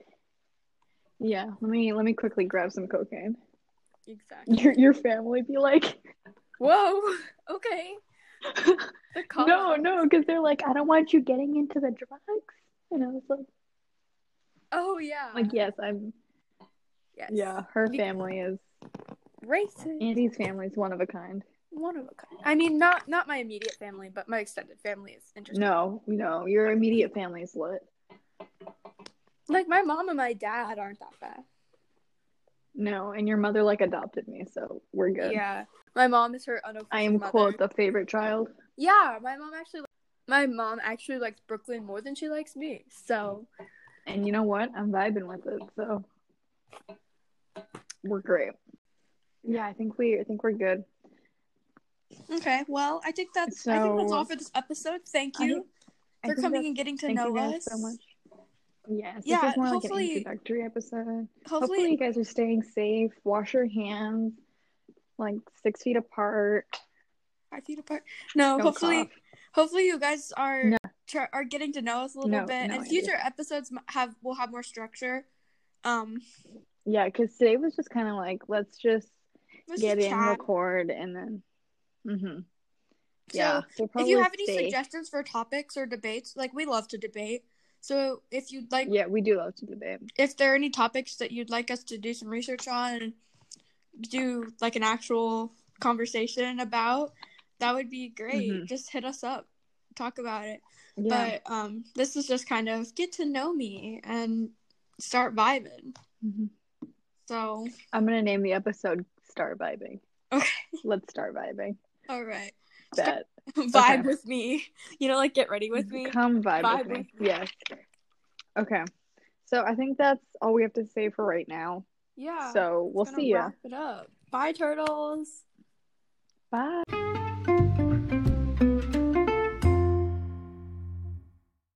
[SPEAKER 3] Yeah, let me let me quickly grab some cocaine.
[SPEAKER 2] Exactly.
[SPEAKER 3] Your your family be like.
[SPEAKER 2] Whoa. Okay. The Coke.
[SPEAKER 3] No, no, because they're like, I don't want you getting into the drugs. And I was like,
[SPEAKER 2] Oh yeah.
[SPEAKER 3] like yes, I'm.
[SPEAKER 2] yes.
[SPEAKER 3] Yeah, her
[SPEAKER 2] You-
[SPEAKER 3] family is.
[SPEAKER 2] Racist.
[SPEAKER 3] Andy's family is one of a kind.
[SPEAKER 2] one of a kind. I mean, not not my immediate family, but my extended family is interesting.
[SPEAKER 3] No, no, your immediate family is lit.
[SPEAKER 2] Like my mom and my dad aren't that bad.
[SPEAKER 3] No, and your mother like adopted me, so we're good.
[SPEAKER 2] Yeah, my mom is her unofficial.
[SPEAKER 3] I am
[SPEAKER 2] mother.
[SPEAKER 3] quote the favorite child.
[SPEAKER 2] Yeah, my mom actually my mom actually likes Brooklyn more than she likes me. So
[SPEAKER 3] And you know what? I'm vibing with it, so we're great. Yeah, I think we I think we're good.
[SPEAKER 2] Okay, well I think that's I think that's
[SPEAKER 3] So-
[SPEAKER 2] all for this episode. Thank
[SPEAKER 3] I-
[SPEAKER 2] you
[SPEAKER 3] I
[SPEAKER 2] for
[SPEAKER 3] think
[SPEAKER 2] coming
[SPEAKER 3] that's-
[SPEAKER 2] and getting to
[SPEAKER 3] Thank
[SPEAKER 2] know
[SPEAKER 3] you guys
[SPEAKER 2] us.
[SPEAKER 3] so much. Yes,
[SPEAKER 2] Yeah,
[SPEAKER 3] this is more
[SPEAKER 2] hopefully-
[SPEAKER 3] like an introductory episode.
[SPEAKER 2] Hopefully,
[SPEAKER 3] Hopefully, you guys are staying safe. Wash your hands, like six feet apart.
[SPEAKER 2] five feet apart. No,
[SPEAKER 3] Don't
[SPEAKER 2] Oh, hopefully
[SPEAKER 3] cough.
[SPEAKER 2] hopefully you guys are
[SPEAKER 3] No.
[SPEAKER 2] tr- are getting to know us a little
[SPEAKER 3] No,
[SPEAKER 2] bit
[SPEAKER 3] no,
[SPEAKER 2] and
[SPEAKER 3] it
[SPEAKER 2] future episodes m- have will have more structure um
[SPEAKER 3] Yeah, because today was just kind of like let's just
[SPEAKER 2] let's
[SPEAKER 3] get
[SPEAKER 2] just
[SPEAKER 3] in,
[SPEAKER 2] chat.
[SPEAKER 3] record, and then. hmm
[SPEAKER 2] So,
[SPEAKER 3] yeah. So
[SPEAKER 2] if you have any
[SPEAKER 3] stay-
[SPEAKER 2] suggestions for topics or debates like we love to debate so if you'd like
[SPEAKER 3] yeah, we do love to debate.
[SPEAKER 2] if there are any topics that you'd like us to do some research on and do like an actual conversation about that would be great
[SPEAKER 3] Mhm.
[SPEAKER 2] just hit us up talk about it
[SPEAKER 3] Yeah.
[SPEAKER 2] but um this is just kind of get to know me and start vibing
[SPEAKER 3] Mhm.
[SPEAKER 2] so
[SPEAKER 3] I'm gonna name the episode "Star Vibing."
[SPEAKER 2] Okay.
[SPEAKER 3] Let's start vibing.
[SPEAKER 2] all right
[SPEAKER 3] Bet.
[SPEAKER 2] vibe
[SPEAKER 3] Okay.
[SPEAKER 2] with me you know like get ready with me
[SPEAKER 3] Come vibe,
[SPEAKER 2] Vibe
[SPEAKER 3] with me.
[SPEAKER 2] with me.
[SPEAKER 3] Yes. Okay. So I think that's all we have to say for right now.
[SPEAKER 2] yeah
[SPEAKER 3] so we'll
[SPEAKER 2] gonna
[SPEAKER 3] see ya.
[SPEAKER 2] wrap it up bye turtles
[SPEAKER 3] Bye.